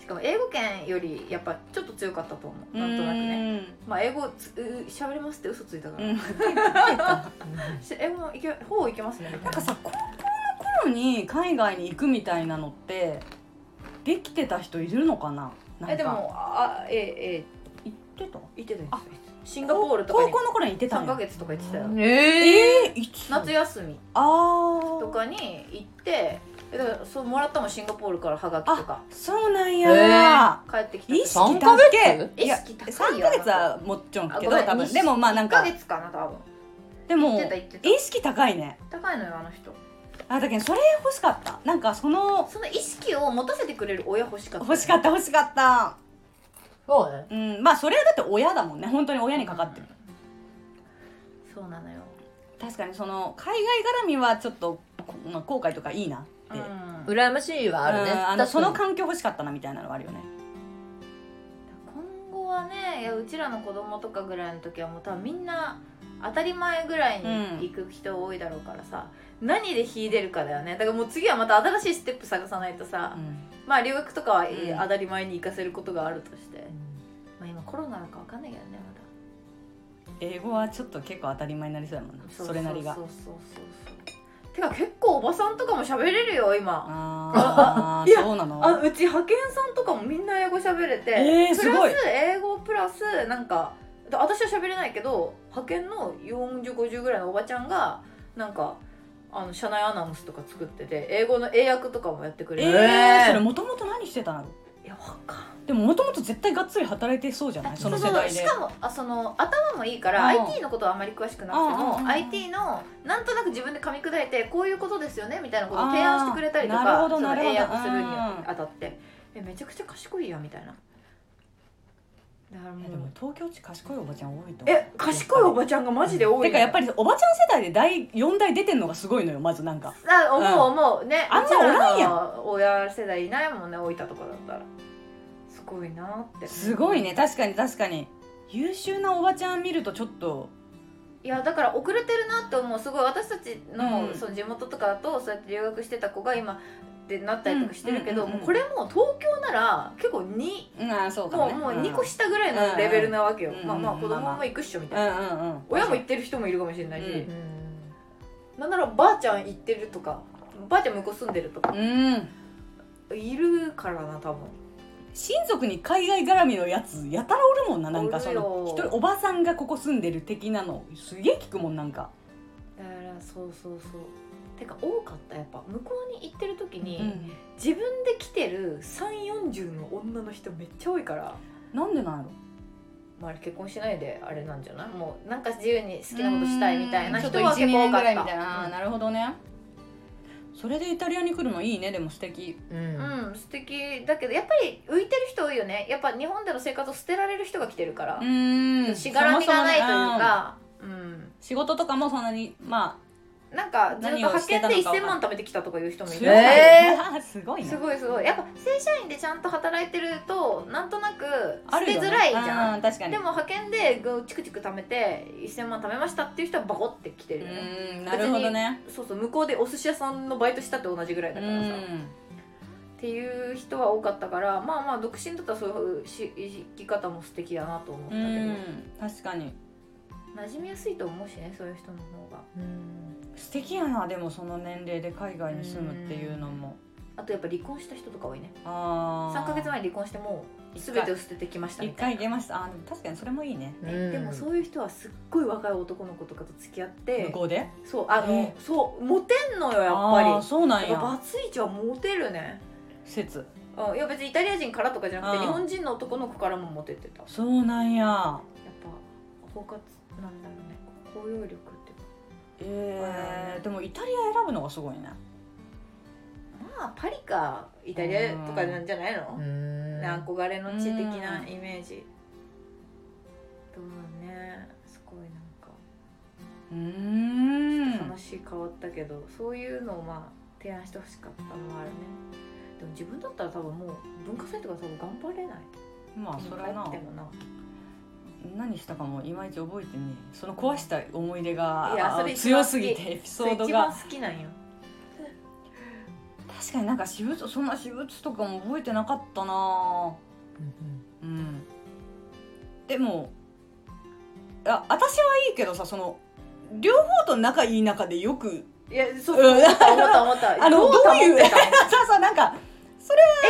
[SPEAKER 1] しかも英語圏よりやっぱちょっと強かったと思うなんとなくねまあ英語つう喋れますって嘘ついたか
[SPEAKER 3] う
[SPEAKER 1] ら、
[SPEAKER 3] んうん
[SPEAKER 1] し英語もいけほぼいけますね
[SPEAKER 3] なんかさ高校の頃に海外に行くみたいなのってできてた人いるのかななんか
[SPEAKER 1] えでもあええ
[SPEAKER 3] 行ってた
[SPEAKER 1] えいてたよ
[SPEAKER 3] あ
[SPEAKER 1] シンガポールとかに
[SPEAKER 3] 高校の頃に行ってた
[SPEAKER 1] 3
[SPEAKER 3] ん
[SPEAKER 1] ヶ
[SPEAKER 3] や
[SPEAKER 1] 月とか行ってたよ、
[SPEAKER 2] ええ
[SPEAKER 3] えー、いつ
[SPEAKER 1] 夏休み
[SPEAKER 3] あー
[SPEAKER 1] とかに行ってだからそうもらったもんシンガポールからハガキとか
[SPEAKER 3] そうなんや、
[SPEAKER 1] 帰ってきた
[SPEAKER 3] 意識
[SPEAKER 2] 三
[SPEAKER 3] 高
[SPEAKER 2] ヶ月
[SPEAKER 3] けいや
[SPEAKER 1] 意識高い
[SPEAKER 3] 3
[SPEAKER 1] よ
[SPEAKER 3] ヶ月はもちろんけど
[SPEAKER 1] あごめん
[SPEAKER 3] 多分
[SPEAKER 1] に
[SPEAKER 3] でもまあなん
[SPEAKER 1] 1ヶ
[SPEAKER 3] か
[SPEAKER 1] 月かな多分
[SPEAKER 3] で
[SPEAKER 1] 行
[SPEAKER 3] も
[SPEAKER 1] ってた行ってた
[SPEAKER 3] 意識高いね
[SPEAKER 1] 高いのよあの人
[SPEAKER 3] あだけどそれ欲しかったなんかその
[SPEAKER 1] その意識を持たせてくれる親欲しかった
[SPEAKER 3] 欲しかった欲しかった
[SPEAKER 2] そうね
[SPEAKER 3] うんまあそれはだって親だもんね本当に親にかかってる、
[SPEAKER 1] そうなのよ
[SPEAKER 3] 確かにその海外絡みはちょっと、こまあ、後悔とかいいなって、うん
[SPEAKER 1] うん
[SPEAKER 2] 羨ましいはあるね
[SPEAKER 3] あ
[SPEAKER 2] 確か
[SPEAKER 3] の
[SPEAKER 2] に
[SPEAKER 3] その環境欲しかったなみたいなのはあるよね
[SPEAKER 1] 今後はねいやうちらの子供とかぐらいの時はもう多分みんな当たり前ぐらいに行く人多いだろうからさ、何で秀でるかだよねだからもう次はまた新しいステップ探さないとさ、まあ留学とかは、えー
[SPEAKER 3] うん
[SPEAKER 1] 当たり前に行かせることがあるとして、まあ、今コロナなのかわかんないけどねまだ
[SPEAKER 3] 英語はちょっと結構当たり前になりそうやもんなそれなりが
[SPEAKER 1] <laughs> そうそうそうそうてか結構おばさんとかも喋れるよ今
[SPEAKER 3] あ
[SPEAKER 1] い
[SPEAKER 3] ー
[SPEAKER 1] や
[SPEAKER 3] そうなの
[SPEAKER 1] あうち派遣さんとかもみんな英語喋れて、
[SPEAKER 3] えーすごい
[SPEAKER 1] プラス英語プラスなんかだ私は喋れないけど派遣の4050ぐらいのおばちゃんがなんかあの社内アナウンスとか作ってて英語の英訳とかもやってく
[SPEAKER 3] え
[SPEAKER 1] れる、
[SPEAKER 3] ー
[SPEAKER 2] えー
[SPEAKER 3] それもともと何してたの
[SPEAKER 1] いやわかんない
[SPEAKER 3] でももともと絶対がっつり働いてそうじゃないその世代
[SPEAKER 1] そうそう
[SPEAKER 3] で
[SPEAKER 1] しかもあその頭もいいから
[SPEAKER 3] うん
[SPEAKER 1] IT のことはあまり詳しくなくて
[SPEAKER 3] うんうんうんう
[SPEAKER 1] も
[SPEAKER 3] ん
[SPEAKER 1] IT のなんとなく自分で噛み砕いてこういうことですよねみたいなことを提案してくれたりと
[SPEAKER 3] あーなる
[SPEAKER 1] か
[SPEAKER 3] ほど
[SPEAKER 1] その
[SPEAKER 3] なるほど
[SPEAKER 1] 英訳するに
[SPEAKER 3] うん
[SPEAKER 1] あたってえめちゃくちゃ賢いやみたいなだからも
[SPEAKER 3] いやでも
[SPEAKER 1] う
[SPEAKER 3] 東京地賢いおばちゃん多いと思う
[SPEAKER 1] え賢いおばちゃんがマジで多いのよ
[SPEAKER 3] てかやっぱりおばちゃん世代で第4代出てんのがすごいのよまずなんか
[SPEAKER 1] あ思う思うね
[SPEAKER 3] あんまおらんやん
[SPEAKER 1] うちらの親世代いないもんね置いたとかだったらすごいなって
[SPEAKER 3] すごいね確かに確かに優秀なおばちゃん見るとちょっと
[SPEAKER 1] いやだから遅れてるなって思うすごい私たちの,、
[SPEAKER 3] うん
[SPEAKER 1] その地元とかだとそうやって留学してた子が今ってなったりとかしてるけど、
[SPEAKER 3] うんうんうん
[SPEAKER 1] もうこれも東京なら結構2
[SPEAKER 3] うんあーそうかも
[SPEAKER 1] もう
[SPEAKER 3] ね
[SPEAKER 1] もう
[SPEAKER 3] うん
[SPEAKER 1] 2個下ぐらいのレベルなわけよ、
[SPEAKER 3] うん
[SPEAKER 1] まあまあ
[SPEAKER 3] うん
[SPEAKER 1] 子供も行くっしょみたい
[SPEAKER 3] うん
[SPEAKER 1] な、
[SPEAKER 3] うんうん
[SPEAKER 1] 親も行ってる人もいるかもしれないし、
[SPEAKER 3] うん
[SPEAKER 1] なんならばあちゃん行ってるとかばあちゃん向こう住んでるとか
[SPEAKER 3] うん
[SPEAKER 1] いるからな多分
[SPEAKER 3] 親族に海外絡みのやつやたらおるもんななんかそ
[SPEAKER 1] お
[SPEAKER 3] の
[SPEAKER 1] るよ
[SPEAKER 3] 一人おばさんがここ住んでる的なのすげえ聞くもんなんか
[SPEAKER 1] だからそうそうそうてか多かったやっぱ向こうに行ってる時に、
[SPEAKER 3] うん
[SPEAKER 1] 自分で来てる340の女の人めっちゃ多いから、
[SPEAKER 3] なんでなんやろ
[SPEAKER 1] まあ、結婚しないであれなんじゃないもうなんか自由に好きなことしたいみたいな人は
[SPEAKER 3] ちょ
[SPEAKER 1] 結
[SPEAKER 3] っと1 2年
[SPEAKER 1] 構多か
[SPEAKER 3] ぐ
[SPEAKER 1] っ
[SPEAKER 3] らい
[SPEAKER 1] た
[SPEAKER 3] みたいなあーなるほどねそれでイタリアに来るのいいねでも素敵
[SPEAKER 2] うん
[SPEAKER 1] うん、素敵だけどやっぱり浮いてる人多いよねやっぱ日本での生活を捨てられる人が来てるから、
[SPEAKER 3] ん
[SPEAKER 1] しがらみがないというか、うん、
[SPEAKER 3] 仕事とかもそんなにま
[SPEAKER 1] なんかずっと
[SPEAKER 3] 何を
[SPEAKER 1] 派
[SPEAKER 3] して
[SPEAKER 1] 遣
[SPEAKER 3] た
[SPEAKER 1] で
[SPEAKER 3] のか
[SPEAKER 1] 1000万貯めてきたとかいう人
[SPEAKER 3] あ
[SPEAKER 1] もい
[SPEAKER 3] す
[SPEAKER 1] る
[SPEAKER 3] ごい、
[SPEAKER 1] し
[SPEAKER 2] え
[SPEAKER 3] ねすごい <laughs> ね
[SPEAKER 1] すごいすごいやっぱ正社員でちゃんと働いてるとなんとなく捨
[SPEAKER 3] ある
[SPEAKER 1] て
[SPEAKER 3] よね
[SPEAKER 1] づらいじゃん、
[SPEAKER 3] うん確かに
[SPEAKER 1] でも派遣でぐチクチク貯めて1000万貯めましたっていう人はバコって来て
[SPEAKER 3] う
[SPEAKER 1] るよね、
[SPEAKER 3] んなるほどね
[SPEAKER 1] そうそう向こうでお寿司屋さんのバイトしたって同じぐらいだ
[SPEAKER 3] う
[SPEAKER 1] からさ、っ
[SPEAKER 3] ん
[SPEAKER 1] ていう人は多かったからまあまあ独身だったらそういうし生き方も素敵だなと思った
[SPEAKER 3] う
[SPEAKER 1] けど、
[SPEAKER 3] ん確かに
[SPEAKER 1] 馴染みやすいと思うしねそういう人の方が
[SPEAKER 3] 素敵やなでもその年齢で海外に住むっていうのも
[SPEAKER 1] あとやっぱ離婚した人とか多いね
[SPEAKER 3] ああ
[SPEAKER 1] 3ヶ月前に離婚してもう全てを捨ててきましたみ
[SPEAKER 3] 一
[SPEAKER 1] た
[SPEAKER 3] 回
[SPEAKER 1] い
[SPEAKER 3] 行
[SPEAKER 1] な
[SPEAKER 3] けましたあーでも確かにそれもいいね
[SPEAKER 1] ねでもそういう人はすっごい若い男の子とかと付き合って
[SPEAKER 3] 向こうでやっ
[SPEAKER 1] そうあの
[SPEAKER 3] え
[SPEAKER 1] そうモテんのよやっぱり
[SPEAKER 3] そうなん
[SPEAKER 1] やっぱ
[SPEAKER 3] や
[SPEAKER 1] バツイチはモテるね
[SPEAKER 3] 説
[SPEAKER 1] うんいや別にイタリア人からとかじゃなくて
[SPEAKER 3] うん
[SPEAKER 1] 日本人の男の子からもモテてたやっ
[SPEAKER 3] そうなんや
[SPEAKER 1] ぱ包括なんだろうね包容力っていう
[SPEAKER 3] えー、でもイタリア選ぶのがすごいね
[SPEAKER 1] かまあパリかイタリアとかなんじゃないの、
[SPEAKER 2] うん
[SPEAKER 1] ね憧れの地的なイメージどうだねすごいなんか
[SPEAKER 3] うーん
[SPEAKER 1] 話変わったけど、そういうのをまあ提案してほしかったのはあるねでも自分だったら多分もう文化祭とか多分頑張れない
[SPEAKER 3] まあそれはな
[SPEAKER 1] 帰ってもな
[SPEAKER 3] 何したかもいまいち覚えてねえその壊した思い出が
[SPEAKER 1] いやそれ一番
[SPEAKER 3] 強
[SPEAKER 1] 好き
[SPEAKER 3] すぎてエピソ
[SPEAKER 1] それ
[SPEAKER 3] ード
[SPEAKER 1] 一番
[SPEAKER 3] が
[SPEAKER 1] 好き <laughs> なんよ
[SPEAKER 3] 確かになんか私物そんな私物とかも覚えてなかったなうんでもあ私はいいけどさその両方と仲いい中でよく
[SPEAKER 1] いやそう
[SPEAKER 3] うん
[SPEAKER 1] 思
[SPEAKER 3] <laughs>
[SPEAKER 1] った思った思 <laughs> った
[SPEAKER 3] あの
[SPEAKER 1] どう保って
[SPEAKER 3] どういう
[SPEAKER 1] たの
[SPEAKER 3] さあさあなんか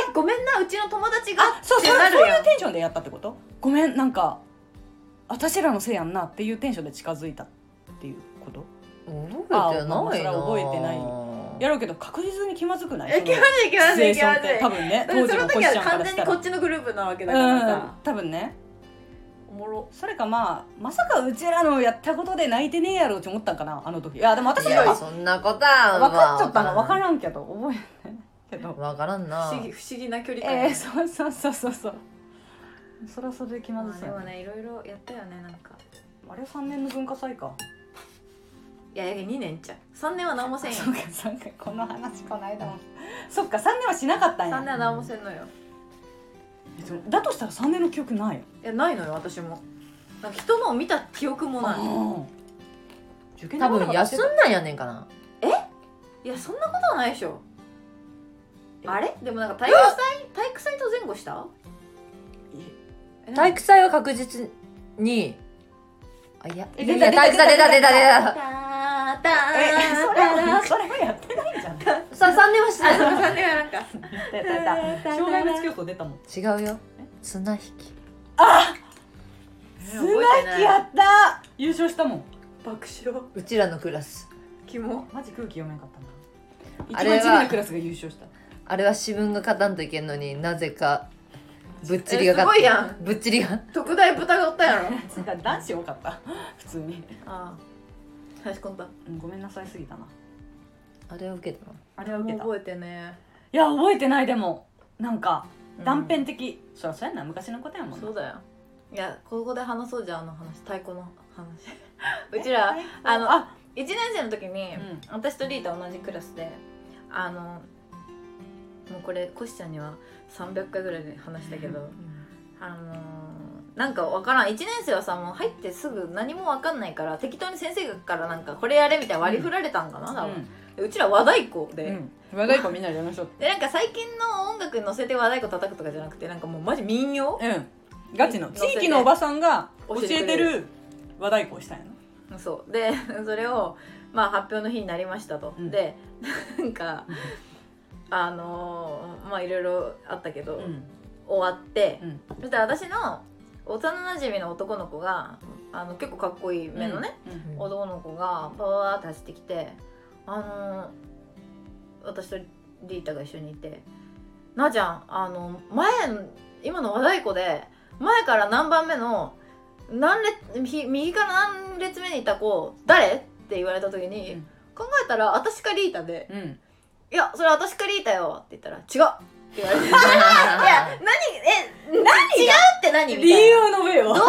[SPEAKER 1] えごめんなうちの友達が
[SPEAKER 3] あそう
[SPEAKER 1] って
[SPEAKER 3] そう
[SPEAKER 1] なる
[SPEAKER 3] そう
[SPEAKER 1] や
[SPEAKER 3] い
[SPEAKER 1] ん
[SPEAKER 3] うテンションでやったってことごめんなんか私らのせいやんなっていうテンションで近づいたっていうこと
[SPEAKER 2] 覚えてないな
[SPEAKER 3] あまあそれは覚えてないやろうけど確実に気まずくない
[SPEAKER 1] え気まずい気まずい気ま
[SPEAKER 3] シチュエーションって多分ね
[SPEAKER 1] ずい
[SPEAKER 3] 当
[SPEAKER 1] そ
[SPEAKER 3] 時
[SPEAKER 1] の
[SPEAKER 3] のポ
[SPEAKER 1] 時
[SPEAKER 3] ジション
[SPEAKER 1] は
[SPEAKER 3] か
[SPEAKER 1] 完
[SPEAKER 3] ら
[SPEAKER 1] 全
[SPEAKER 3] し
[SPEAKER 1] に
[SPEAKER 3] た
[SPEAKER 1] こっ
[SPEAKER 3] ら
[SPEAKER 1] ちのグループなわけだから
[SPEAKER 3] うん
[SPEAKER 1] さ
[SPEAKER 3] 多分ね
[SPEAKER 1] おもろ
[SPEAKER 3] それかまあまさかうちらのやったことで泣いてねえやろうって思ったんかなあの時いやでも私
[SPEAKER 2] い
[SPEAKER 3] の
[SPEAKER 2] や
[SPEAKER 3] 方
[SPEAKER 2] そんなことは
[SPEAKER 3] 分かっちゃったの
[SPEAKER 2] わ
[SPEAKER 3] 分からんけど覚えないけど
[SPEAKER 2] わからんな
[SPEAKER 1] 不思議不思議な距離感
[SPEAKER 3] えー、そうそうそうそうそうそらそれで気ま
[SPEAKER 1] ま
[SPEAKER 3] ずそ
[SPEAKER 1] あで
[SPEAKER 3] うや
[SPEAKER 1] も
[SPEAKER 3] ね
[SPEAKER 1] ねいろいろやったよねなんか
[SPEAKER 3] あれ3年の文化祭か
[SPEAKER 1] いやいや2年じゃん3年は何もせんよ
[SPEAKER 3] そうかそうかこの話こないだもそっか3年はしなかったん
[SPEAKER 1] 3年
[SPEAKER 3] や
[SPEAKER 1] は何もせんのよ
[SPEAKER 3] でもだとしたら3年の記憶ないよ
[SPEAKER 1] いやないのよ私もなんか人のを見た記憶もない
[SPEAKER 3] うん受験
[SPEAKER 2] 多分休んだんやねんかない
[SPEAKER 1] やそんなことはないでしょあれでもなんか体育祭体育祭と前後したえ
[SPEAKER 2] 体育祭は確実にあいや
[SPEAKER 3] え
[SPEAKER 2] いやい
[SPEAKER 3] 出た
[SPEAKER 2] や体育祭出た出た出
[SPEAKER 1] タ
[SPEAKER 2] た
[SPEAKER 1] ータ
[SPEAKER 3] え
[SPEAKER 1] ー
[SPEAKER 3] それはそれはやってないじ <laughs> ゃんやっ
[SPEAKER 2] さ3年はして
[SPEAKER 1] あ
[SPEAKER 2] な
[SPEAKER 1] その感じがな
[SPEAKER 3] <laughs>
[SPEAKER 1] んか
[SPEAKER 3] たやった障害物競争出たもん
[SPEAKER 2] い違うよ綱引き
[SPEAKER 3] 綱引きやった優勝したもん
[SPEAKER 1] 爆笑
[SPEAKER 2] うちらのクラス
[SPEAKER 1] キモ
[SPEAKER 3] マジ空気読めんかったな
[SPEAKER 2] あ
[SPEAKER 3] 一
[SPEAKER 2] れ
[SPEAKER 3] 番
[SPEAKER 2] は
[SPEAKER 3] 地味なクラスが優勝した
[SPEAKER 2] あれは自分が勝たんといけんのになぜかぶっちりが
[SPEAKER 1] えすご
[SPEAKER 2] 勝
[SPEAKER 1] い
[SPEAKER 2] っ
[SPEAKER 1] や
[SPEAKER 2] たぶっちりが
[SPEAKER 1] 特大豚がおったや
[SPEAKER 3] <laughs>
[SPEAKER 1] ろ
[SPEAKER 3] つうか男子多かった普通に
[SPEAKER 1] ああ差し込んだ
[SPEAKER 3] うんごめんなさいすぎたな
[SPEAKER 2] あれを受けたの
[SPEAKER 3] あれは受けたい
[SPEAKER 1] 覚えてね
[SPEAKER 3] や覚えてないでもなんか
[SPEAKER 1] うん
[SPEAKER 3] 断片的、そりゃそうやんな昔のことやもんな
[SPEAKER 1] そうだよいやここで話そうじゃんあの話太鼓の
[SPEAKER 3] <laughs>
[SPEAKER 1] 話うちらあの
[SPEAKER 3] あ
[SPEAKER 1] 1年生の時に、
[SPEAKER 3] うん
[SPEAKER 1] 私とリータ同じクラスであのもうこれコシちゃんには300回ぐらいで話したけど、あのーなんかわからん1年生はさもう入ってすぐ何もわかんないから適当に先生からなんかこれやれみたいな割り振られたんかな、多分
[SPEAKER 3] うん
[SPEAKER 1] うちら和太鼓で、
[SPEAKER 3] うん、若い子みんなでやりましょう
[SPEAKER 1] でなんか最近の音楽に乗せて和太鼓叩くとかじゃなくてなんかもうマジ民謡
[SPEAKER 3] うんガチの地域のおばさんが教えてる和太鼓をしたんや
[SPEAKER 1] そうで <laughs> それを、まあ、発表の日になりましたと、
[SPEAKER 3] うん
[SPEAKER 1] でなんかあのーまあいろいろあったけど、
[SPEAKER 3] な、
[SPEAKER 1] 終わって、
[SPEAKER 3] うん
[SPEAKER 1] そして私の幼馴染の男の子があの結構かっこいい目のね、、
[SPEAKER 3] うん
[SPEAKER 2] <laughs>
[SPEAKER 1] 男の子がパワーって走ってきてあの私とリータが一緒にいて「なあちゃんあの前今の和太鼓で前から何番目の何列ひ右から何列目にいた子誰?」って言われた時に、
[SPEAKER 3] うん
[SPEAKER 1] 考えたら私かリータで
[SPEAKER 3] うんうん
[SPEAKER 1] 「いやそれ私かリータよ」って言ったら「違う!」って言 <laughs> われて。いや、何、え、何違うって何みたい
[SPEAKER 3] 理
[SPEAKER 1] な。
[SPEAKER 3] 由を述べよ
[SPEAKER 1] ど
[SPEAKER 3] う
[SPEAKER 1] うっ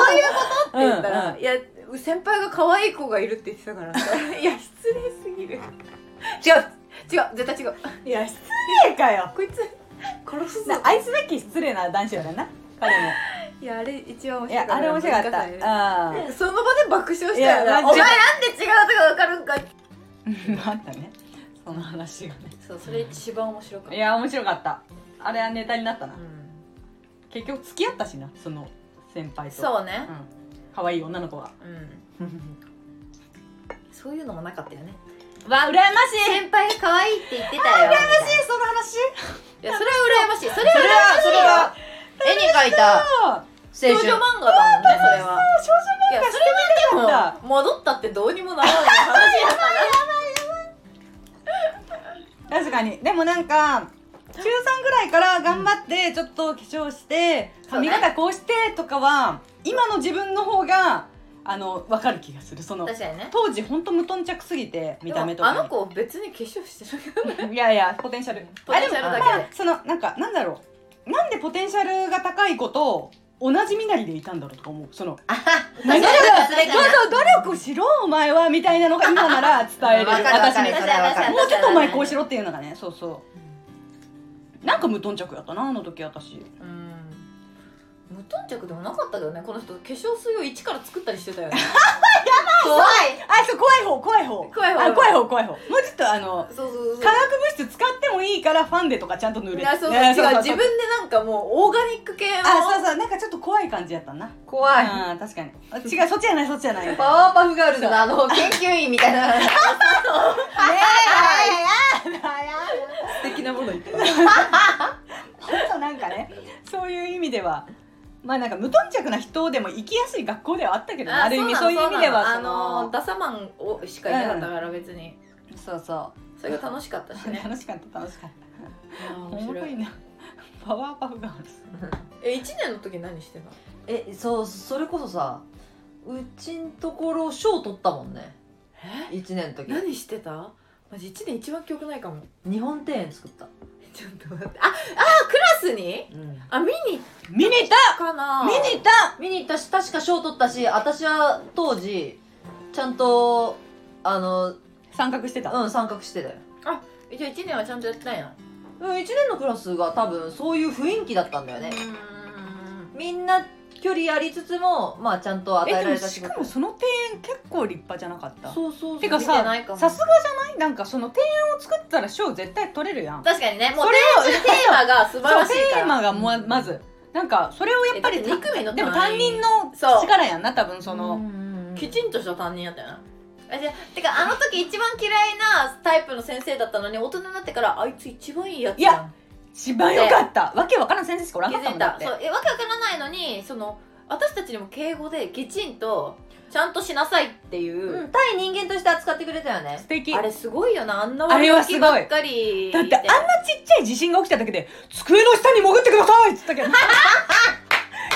[SPEAKER 1] て言ったら、いや、先輩が可愛い子がいるって言ってたから、 <laughs> いや、失礼すぎる。違う違う絶対違う。
[SPEAKER 3] いや失礼かよ
[SPEAKER 1] こいつ、殺すぞ
[SPEAKER 3] な。愛すべき失礼な男子やからな彼も
[SPEAKER 1] <laughs> いや、あれ一番面
[SPEAKER 3] い
[SPEAKER 1] 白
[SPEAKER 3] や
[SPEAKER 1] い。
[SPEAKER 3] あれ面白かったあ
[SPEAKER 1] うんその場で爆笑したよ
[SPEAKER 3] いや
[SPEAKER 1] な。お前なんで違うとかわかるん
[SPEAKER 3] <laughs>
[SPEAKER 1] か。
[SPEAKER 3] ああったねその話がね
[SPEAKER 1] そう、それ一番面白か
[SPEAKER 3] い。や面白かったあれはネタになったな、
[SPEAKER 1] うん
[SPEAKER 3] 結局付き合ったしなその先輩とう、
[SPEAKER 1] そうね
[SPEAKER 3] ん。、可愛い女の子は
[SPEAKER 1] うん。 <laughs> そういうのもなかったよね。
[SPEAKER 3] わ羨ましい
[SPEAKER 1] 先輩が可愛いって言ってたよ。羨ましい。
[SPEAKER 3] その話
[SPEAKER 1] いや、それは羨ましい。それは
[SPEAKER 2] それはそれは絵に描いた
[SPEAKER 3] あ
[SPEAKER 1] 少
[SPEAKER 2] 青
[SPEAKER 1] 女漫画だも
[SPEAKER 2] 春
[SPEAKER 1] んね、それ
[SPEAKER 3] 少女
[SPEAKER 1] は。いやそれ
[SPEAKER 3] 漫画
[SPEAKER 1] はでも戻ったってどうにもならない話だから
[SPEAKER 3] 確かにでもなんか中3ぐらいから頑張ってちょっと化粧して
[SPEAKER 1] そう
[SPEAKER 3] 髪
[SPEAKER 1] ね
[SPEAKER 3] 型こうしてとかは今の自分の方があの分かる気がするその
[SPEAKER 1] 確かにね
[SPEAKER 3] 当時ほんと無頓着すぎて見た目とか
[SPEAKER 1] あ
[SPEAKER 3] に
[SPEAKER 1] の子別に化粧してるけど
[SPEAKER 3] いやいやポテンシャル
[SPEAKER 1] ポテンシャル
[SPEAKER 3] あ
[SPEAKER 1] だけで
[SPEAKER 3] でもまあそのなんかなんだろうなんでポテンシャルが高い子と同じ身なりでいたんだろうとか思う
[SPEAKER 1] <laughs>
[SPEAKER 3] その何
[SPEAKER 2] 努力すべき
[SPEAKER 3] そうそう努力しろお前はみたいなのが今なら伝えれ
[SPEAKER 1] <laughs>
[SPEAKER 3] る
[SPEAKER 2] わかるわか
[SPEAKER 3] 私
[SPEAKER 2] る
[SPEAKER 3] に
[SPEAKER 2] それはわかる
[SPEAKER 3] <laughs> もうちょっとお前こうしろっていうのがねそうそうなんか無頓着やったなあの時私
[SPEAKER 1] うん無頓着でもなかったけどねこの人化粧水を一から作ったりし
[SPEAKER 3] <laughs>
[SPEAKER 1] てたよね
[SPEAKER 2] 怖い
[SPEAKER 3] あそう怖い方怖い方
[SPEAKER 1] 怖い方
[SPEAKER 3] あ怖い方怖い方もうちょっとあの
[SPEAKER 1] そうそうそう
[SPEAKER 3] 化学物質使ってもいいからファンデとかちゃんと塗れ
[SPEAKER 1] いやそうそう
[SPEAKER 3] ね
[SPEAKER 1] 違う自分でなんかもうオーガニック系の
[SPEAKER 3] あそうそうなんかちょっと怖い感じやったな
[SPEAKER 2] 怖い
[SPEAKER 3] あ確かにあ違うそっちじゃないそっちじゃない
[SPEAKER 2] パワーパフガールズのあの研究員みたいな
[SPEAKER 1] <laughs>
[SPEAKER 2] ね
[SPEAKER 3] 素敵なものいっぱいとなんかねそういう意味ではまあなんか無頓着な人でも行きやすい学校ではあったけどねある意味そういう意味では
[SPEAKER 1] あ
[SPEAKER 3] そ
[SPEAKER 1] の
[SPEAKER 3] の
[SPEAKER 1] ダサマンをしかいなかったから別に
[SPEAKER 3] そうそ
[SPEAKER 1] それが楽しかったし
[SPEAKER 3] う
[SPEAKER 1] ね
[SPEAKER 3] 楽しかった楽しかっ
[SPEAKER 1] あ
[SPEAKER 3] た
[SPEAKER 1] ー
[SPEAKER 3] 面白いなパワーパフガールズ
[SPEAKER 1] え1年の時何してたの
[SPEAKER 2] えそうそれこそさうちんところ賞取ったもんね
[SPEAKER 1] え
[SPEAKER 2] 1年の時
[SPEAKER 1] 何してたマジ1年一番記憶ないかも
[SPEAKER 2] 日本庭園作った、
[SPEAKER 1] <laughs> ちょっと待ってああクラスに
[SPEAKER 2] うん、
[SPEAKER 1] あ見に行っ
[SPEAKER 3] 見に行った
[SPEAKER 1] かな
[SPEAKER 3] た見に行った
[SPEAKER 2] 見に行ったし確か賞取ったし私は当時ちゃんとあの
[SPEAKER 3] 参画してた、
[SPEAKER 2] うん参画してたよ
[SPEAKER 1] じゃあ1年はちゃんとやってたんや
[SPEAKER 2] うん1年のクラスが多分そういう雰囲気だったんだよねみんな距離ありつつもまあちゃんと与
[SPEAKER 3] え
[SPEAKER 2] え
[SPEAKER 3] で
[SPEAKER 2] ら
[SPEAKER 3] も
[SPEAKER 2] れた
[SPEAKER 3] し
[SPEAKER 2] 仕
[SPEAKER 3] か
[SPEAKER 2] 事
[SPEAKER 3] もその庭園結構立派じゃなかった
[SPEAKER 2] そうそうそう
[SPEAKER 3] てか
[SPEAKER 1] 見て
[SPEAKER 3] さ
[SPEAKER 1] ないかも
[SPEAKER 3] さすがじゃないなんかその庭園を作ったら賞絶対取れるやん
[SPEAKER 1] 確かにねもう
[SPEAKER 3] それを
[SPEAKER 1] テーマが素晴らしい
[SPEAKER 3] そう
[SPEAKER 1] から
[SPEAKER 3] テーマがもうまずなんかそれをやっぱり
[SPEAKER 1] えだって憎みの
[SPEAKER 3] でも
[SPEAKER 1] 単
[SPEAKER 3] 担
[SPEAKER 1] 位
[SPEAKER 3] 任の
[SPEAKER 1] そう
[SPEAKER 3] 力やんな多分その、
[SPEAKER 2] の
[SPEAKER 1] きちんとした担任やったよなあじゃあてかあの時一番嫌いなタイプの先生だったのに大人になってからあいつ一番いいやつやん
[SPEAKER 3] い一番良かったわけわからん先生しかおらん
[SPEAKER 1] 気
[SPEAKER 3] かった
[SPEAKER 1] づ
[SPEAKER 3] もん
[SPEAKER 1] い
[SPEAKER 3] だ
[SPEAKER 1] た
[SPEAKER 3] って
[SPEAKER 1] そうえわけわからないのにその私たちにも敬語できちんとちゃんとしなさいっていうう、
[SPEAKER 2] ん対人間として扱ってくれたよね
[SPEAKER 3] 素敵
[SPEAKER 1] あれすごいよなあんな
[SPEAKER 3] あれはすごい
[SPEAKER 1] ばっかり
[SPEAKER 3] だってあんなちっちゃい地震が起きただけで「机の下に潜ってください」っつったけど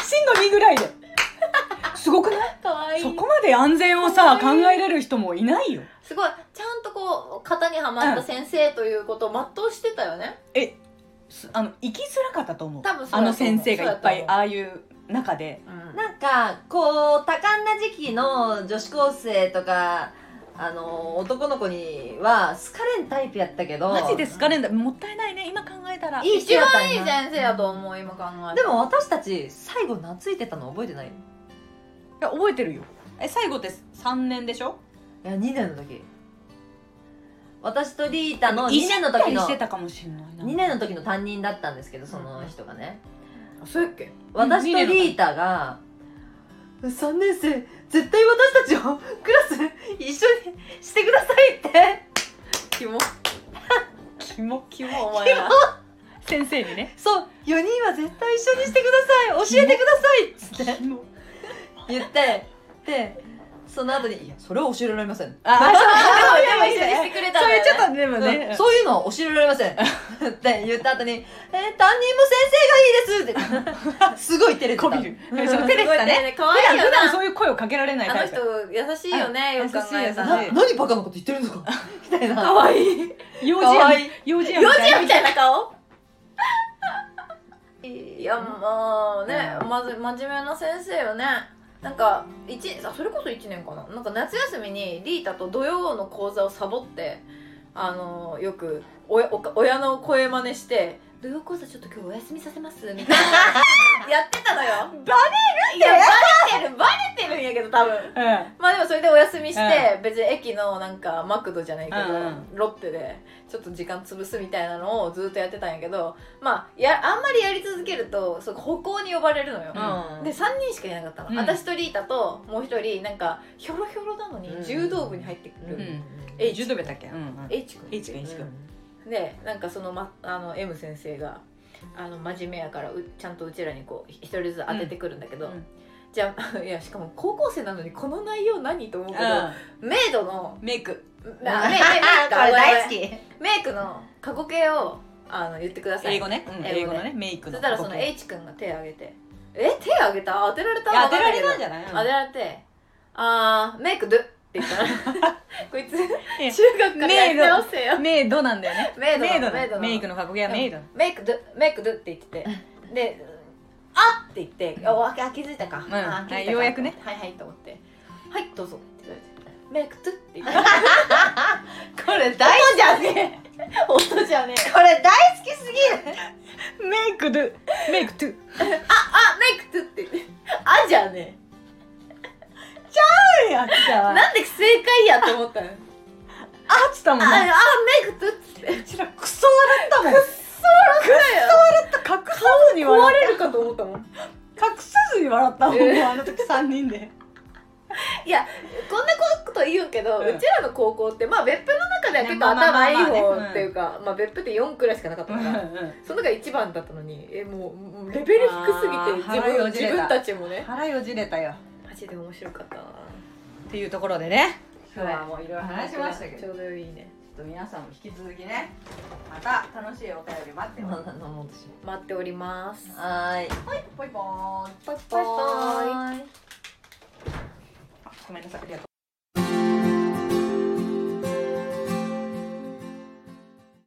[SPEAKER 3] 震度2ぐらいですごくない
[SPEAKER 1] かわいい
[SPEAKER 3] そこまで安全をさ考えれる人もいないよ
[SPEAKER 1] すごいちゃんとこう型にはまった先生ということを全うしてたよね、
[SPEAKER 3] えすあの生きづらかったと思う
[SPEAKER 1] 多分そうだと
[SPEAKER 3] あ
[SPEAKER 1] 思う
[SPEAKER 3] の先生がいっぱ
[SPEAKER 1] そうだと思
[SPEAKER 3] いうああいう中で
[SPEAKER 2] なんかこう多感な時期の女子高生とかあの男の子には好かれんタイプやったけど
[SPEAKER 3] マジで好かれんだもったいないね今考えたら
[SPEAKER 2] いい
[SPEAKER 1] 一
[SPEAKER 2] 人やった
[SPEAKER 1] 番
[SPEAKER 2] ん
[SPEAKER 1] いい
[SPEAKER 2] や
[SPEAKER 1] 先生やと思う今考えたら
[SPEAKER 2] でも私たち最後懐いてたの覚えてないい
[SPEAKER 3] いや覚えてるよえ最後って3年でしょ
[SPEAKER 2] や2年の時私とリータの2
[SPEAKER 3] いじ
[SPEAKER 2] 年の
[SPEAKER 3] った
[SPEAKER 2] 時
[SPEAKER 3] り
[SPEAKER 2] の
[SPEAKER 3] して
[SPEAKER 2] 2
[SPEAKER 3] たかもしれないな
[SPEAKER 2] 年の時の担任だったんですけどその人がね
[SPEAKER 1] あそうやっけ
[SPEAKER 2] 私とリータが
[SPEAKER 1] 3年生絶対私たちをクラス一緒にしてくださいってキモ
[SPEAKER 3] キモ
[SPEAKER 1] キモ <laughs> お前ら
[SPEAKER 3] 先生にね
[SPEAKER 1] そう4人は絶対一緒にしてください教えてくださいっつって
[SPEAKER 3] キモ
[SPEAKER 2] 言ってでその後に「いやそれは教えられません」
[SPEAKER 3] あ
[SPEAKER 1] そう
[SPEAKER 2] でも一緒にしてくれたん
[SPEAKER 3] そ
[SPEAKER 2] だ
[SPEAKER 3] れちょ
[SPEAKER 2] よ、ね、
[SPEAKER 3] っとでもね、
[SPEAKER 2] うんそういうのは教えられませんって言った後に「えー担任も先生がいいです」ってすごい照れてた
[SPEAKER 3] こびるそう照れてたね
[SPEAKER 1] 可
[SPEAKER 3] 普
[SPEAKER 1] 愛
[SPEAKER 3] 段普
[SPEAKER 1] いよな
[SPEAKER 3] 段そういう声をかけられない
[SPEAKER 1] あ
[SPEAKER 3] タ
[SPEAKER 1] の
[SPEAKER 3] イ
[SPEAKER 1] 人
[SPEAKER 3] プ
[SPEAKER 1] 優しいよねよく考えた
[SPEAKER 3] 優しい優し
[SPEAKER 1] ら
[SPEAKER 3] い
[SPEAKER 2] な何バカなこと言ってるんですかみたいな
[SPEAKER 1] 可愛い
[SPEAKER 3] 幼
[SPEAKER 2] か
[SPEAKER 3] 児
[SPEAKER 2] わ
[SPEAKER 3] 園
[SPEAKER 2] いい
[SPEAKER 3] 幼児園
[SPEAKER 1] 幼
[SPEAKER 3] み
[SPEAKER 1] 稚
[SPEAKER 3] た
[SPEAKER 1] 園
[SPEAKER 3] い
[SPEAKER 1] み
[SPEAKER 3] な
[SPEAKER 1] たいな顔 <laughs> いやもうね
[SPEAKER 2] うん
[SPEAKER 1] まず真面目な先生よねなんか一あそれこそ1年かななんか夏休みにリータと土曜の講座をサボってあのよく親おか親の声真似して「土曜講座ちょっと今日お休みさせます」みたい <laughs> なやってたのよ
[SPEAKER 3] バ
[SPEAKER 1] レるいやバレてるバレてるんやけど多分まあでもそれでお休みして、別に駅のなんかマクドじゃないけど、
[SPEAKER 3] うん
[SPEAKER 1] ロッテでちょっと時間潰すみたいなのをずっとやってたんやけどまあやあんまりやり続けるとそう歩行に呼ばれるのよ、
[SPEAKER 2] うん
[SPEAKER 1] で3人しかいなかったの、
[SPEAKER 3] うん
[SPEAKER 1] 私とリータともう一人なんかひょろひょろなのに
[SPEAKER 2] うん
[SPEAKER 1] 柔道部に入ってく
[SPEAKER 2] う
[SPEAKER 1] る、
[SPEAKER 2] ん
[SPEAKER 3] う
[SPEAKER 1] え
[SPEAKER 3] ん柔道部やったっけうんうん
[SPEAKER 1] H 君
[SPEAKER 3] H 君 H 君
[SPEAKER 1] でなんかその,、ま、あの M 先生があの真面目やからうちゃんとうちらにこう一人ずつ当ててくるんだけど、
[SPEAKER 3] うんうん
[SPEAKER 1] じゃあ <laughs> いやしかも高校生なのにこの内容何と思うけど、メイドの
[SPEAKER 3] メイ
[SPEAKER 1] <laughs>
[SPEAKER 3] ク
[SPEAKER 1] メイメイ
[SPEAKER 2] これ大好き
[SPEAKER 1] メイクの過去形をあの言ってください
[SPEAKER 3] 英語ねうん英
[SPEAKER 1] 英
[SPEAKER 3] 語
[SPEAKER 1] 語ね
[SPEAKER 3] のねメイク
[SPEAKER 1] そ
[SPEAKER 3] の
[SPEAKER 1] したらその
[SPEAKER 3] い
[SPEAKER 1] H 君が手を挙げて「え手挙げた当てられた?
[SPEAKER 3] や
[SPEAKER 1] わ
[SPEAKER 3] 当て
[SPEAKER 1] かんな
[SPEAKER 3] ら
[SPEAKER 1] いけ
[SPEAKER 3] れ
[SPEAKER 1] ど」
[SPEAKER 3] たんじゃない
[SPEAKER 1] 当てられて「あーメイクドゥ」って言ったら <laughs> こいつ
[SPEAKER 3] え
[SPEAKER 1] 中学からやってますよ
[SPEAKER 3] メイドなんだよね
[SPEAKER 1] メイド
[SPEAKER 3] メイ
[SPEAKER 1] の
[SPEAKER 3] ド
[SPEAKER 1] メイド
[SPEAKER 3] の
[SPEAKER 1] の
[SPEAKER 3] メイクの格言はメイド
[SPEAKER 1] メイクドゥメイクドゥって言っててで「あっ!」って言って「おあ気づいたか」
[SPEAKER 3] ん
[SPEAKER 1] あ気づた
[SPEAKER 3] は
[SPEAKER 1] か
[SPEAKER 3] いようやくね
[SPEAKER 1] はいはい」と思って「はいどうぞ」って言われて「メイクドゥ」って
[SPEAKER 3] <laughs>
[SPEAKER 1] 言ってこれ大
[SPEAKER 2] 音じゃね
[SPEAKER 1] <laughs> 音じゃねえ
[SPEAKER 2] えこれ大好きすぎる
[SPEAKER 3] メイクドゥメイクトゥ
[SPEAKER 1] あメイクつってあじゃね
[SPEAKER 3] やった
[SPEAKER 1] え
[SPEAKER 3] あっ
[SPEAKER 1] なんで正解やと思ったの
[SPEAKER 3] つったもん
[SPEAKER 1] あ
[SPEAKER 3] ね
[SPEAKER 1] あメイクつって
[SPEAKER 3] うちらクソ笑ったもん隠さずに
[SPEAKER 1] 壊
[SPEAKER 3] 笑
[SPEAKER 1] れるかと思ったもんこん
[SPEAKER 3] った隠さずに笑ったもん
[SPEAKER 1] えー
[SPEAKER 3] もうあの時3人で
[SPEAKER 1] なこと言うんけど、
[SPEAKER 3] う
[SPEAKER 1] うんちらの高校ってまあ別府の中では結
[SPEAKER 3] ね
[SPEAKER 1] 構
[SPEAKER 3] まあまあ
[SPEAKER 1] 頭いい
[SPEAKER 3] まあまあね
[SPEAKER 1] 方っていうかまあ別府って4くらいしかなかったからその中1番だったのにえもうもうレベル低すぎ
[SPEAKER 3] あ
[SPEAKER 1] て
[SPEAKER 3] ー
[SPEAKER 1] 自
[SPEAKER 3] 腹よ
[SPEAKER 1] 分
[SPEAKER 3] じれ
[SPEAKER 1] 自
[SPEAKER 3] た
[SPEAKER 1] 分たちもね
[SPEAKER 3] 腹よじれたよ
[SPEAKER 1] マジで面白かったな
[SPEAKER 3] っていうところでね今日
[SPEAKER 2] 今日
[SPEAKER 3] は
[SPEAKER 2] は
[SPEAKER 3] もういろいろ話
[SPEAKER 2] 話
[SPEAKER 3] し
[SPEAKER 2] し
[SPEAKER 3] ま
[SPEAKER 2] ま
[SPEAKER 3] し
[SPEAKER 2] したた
[SPEAKER 3] け
[SPEAKER 2] け
[SPEAKER 3] ど
[SPEAKER 1] ちょうどいいね
[SPEAKER 3] ちょっと皆さんも引き続きねまた楽しいお便り待ってます
[SPEAKER 1] 待っております
[SPEAKER 2] はーい
[SPEAKER 3] ポイポーン
[SPEAKER 1] バイバイ
[SPEAKER 2] イ
[SPEAKER 3] ごめんなさいありがとう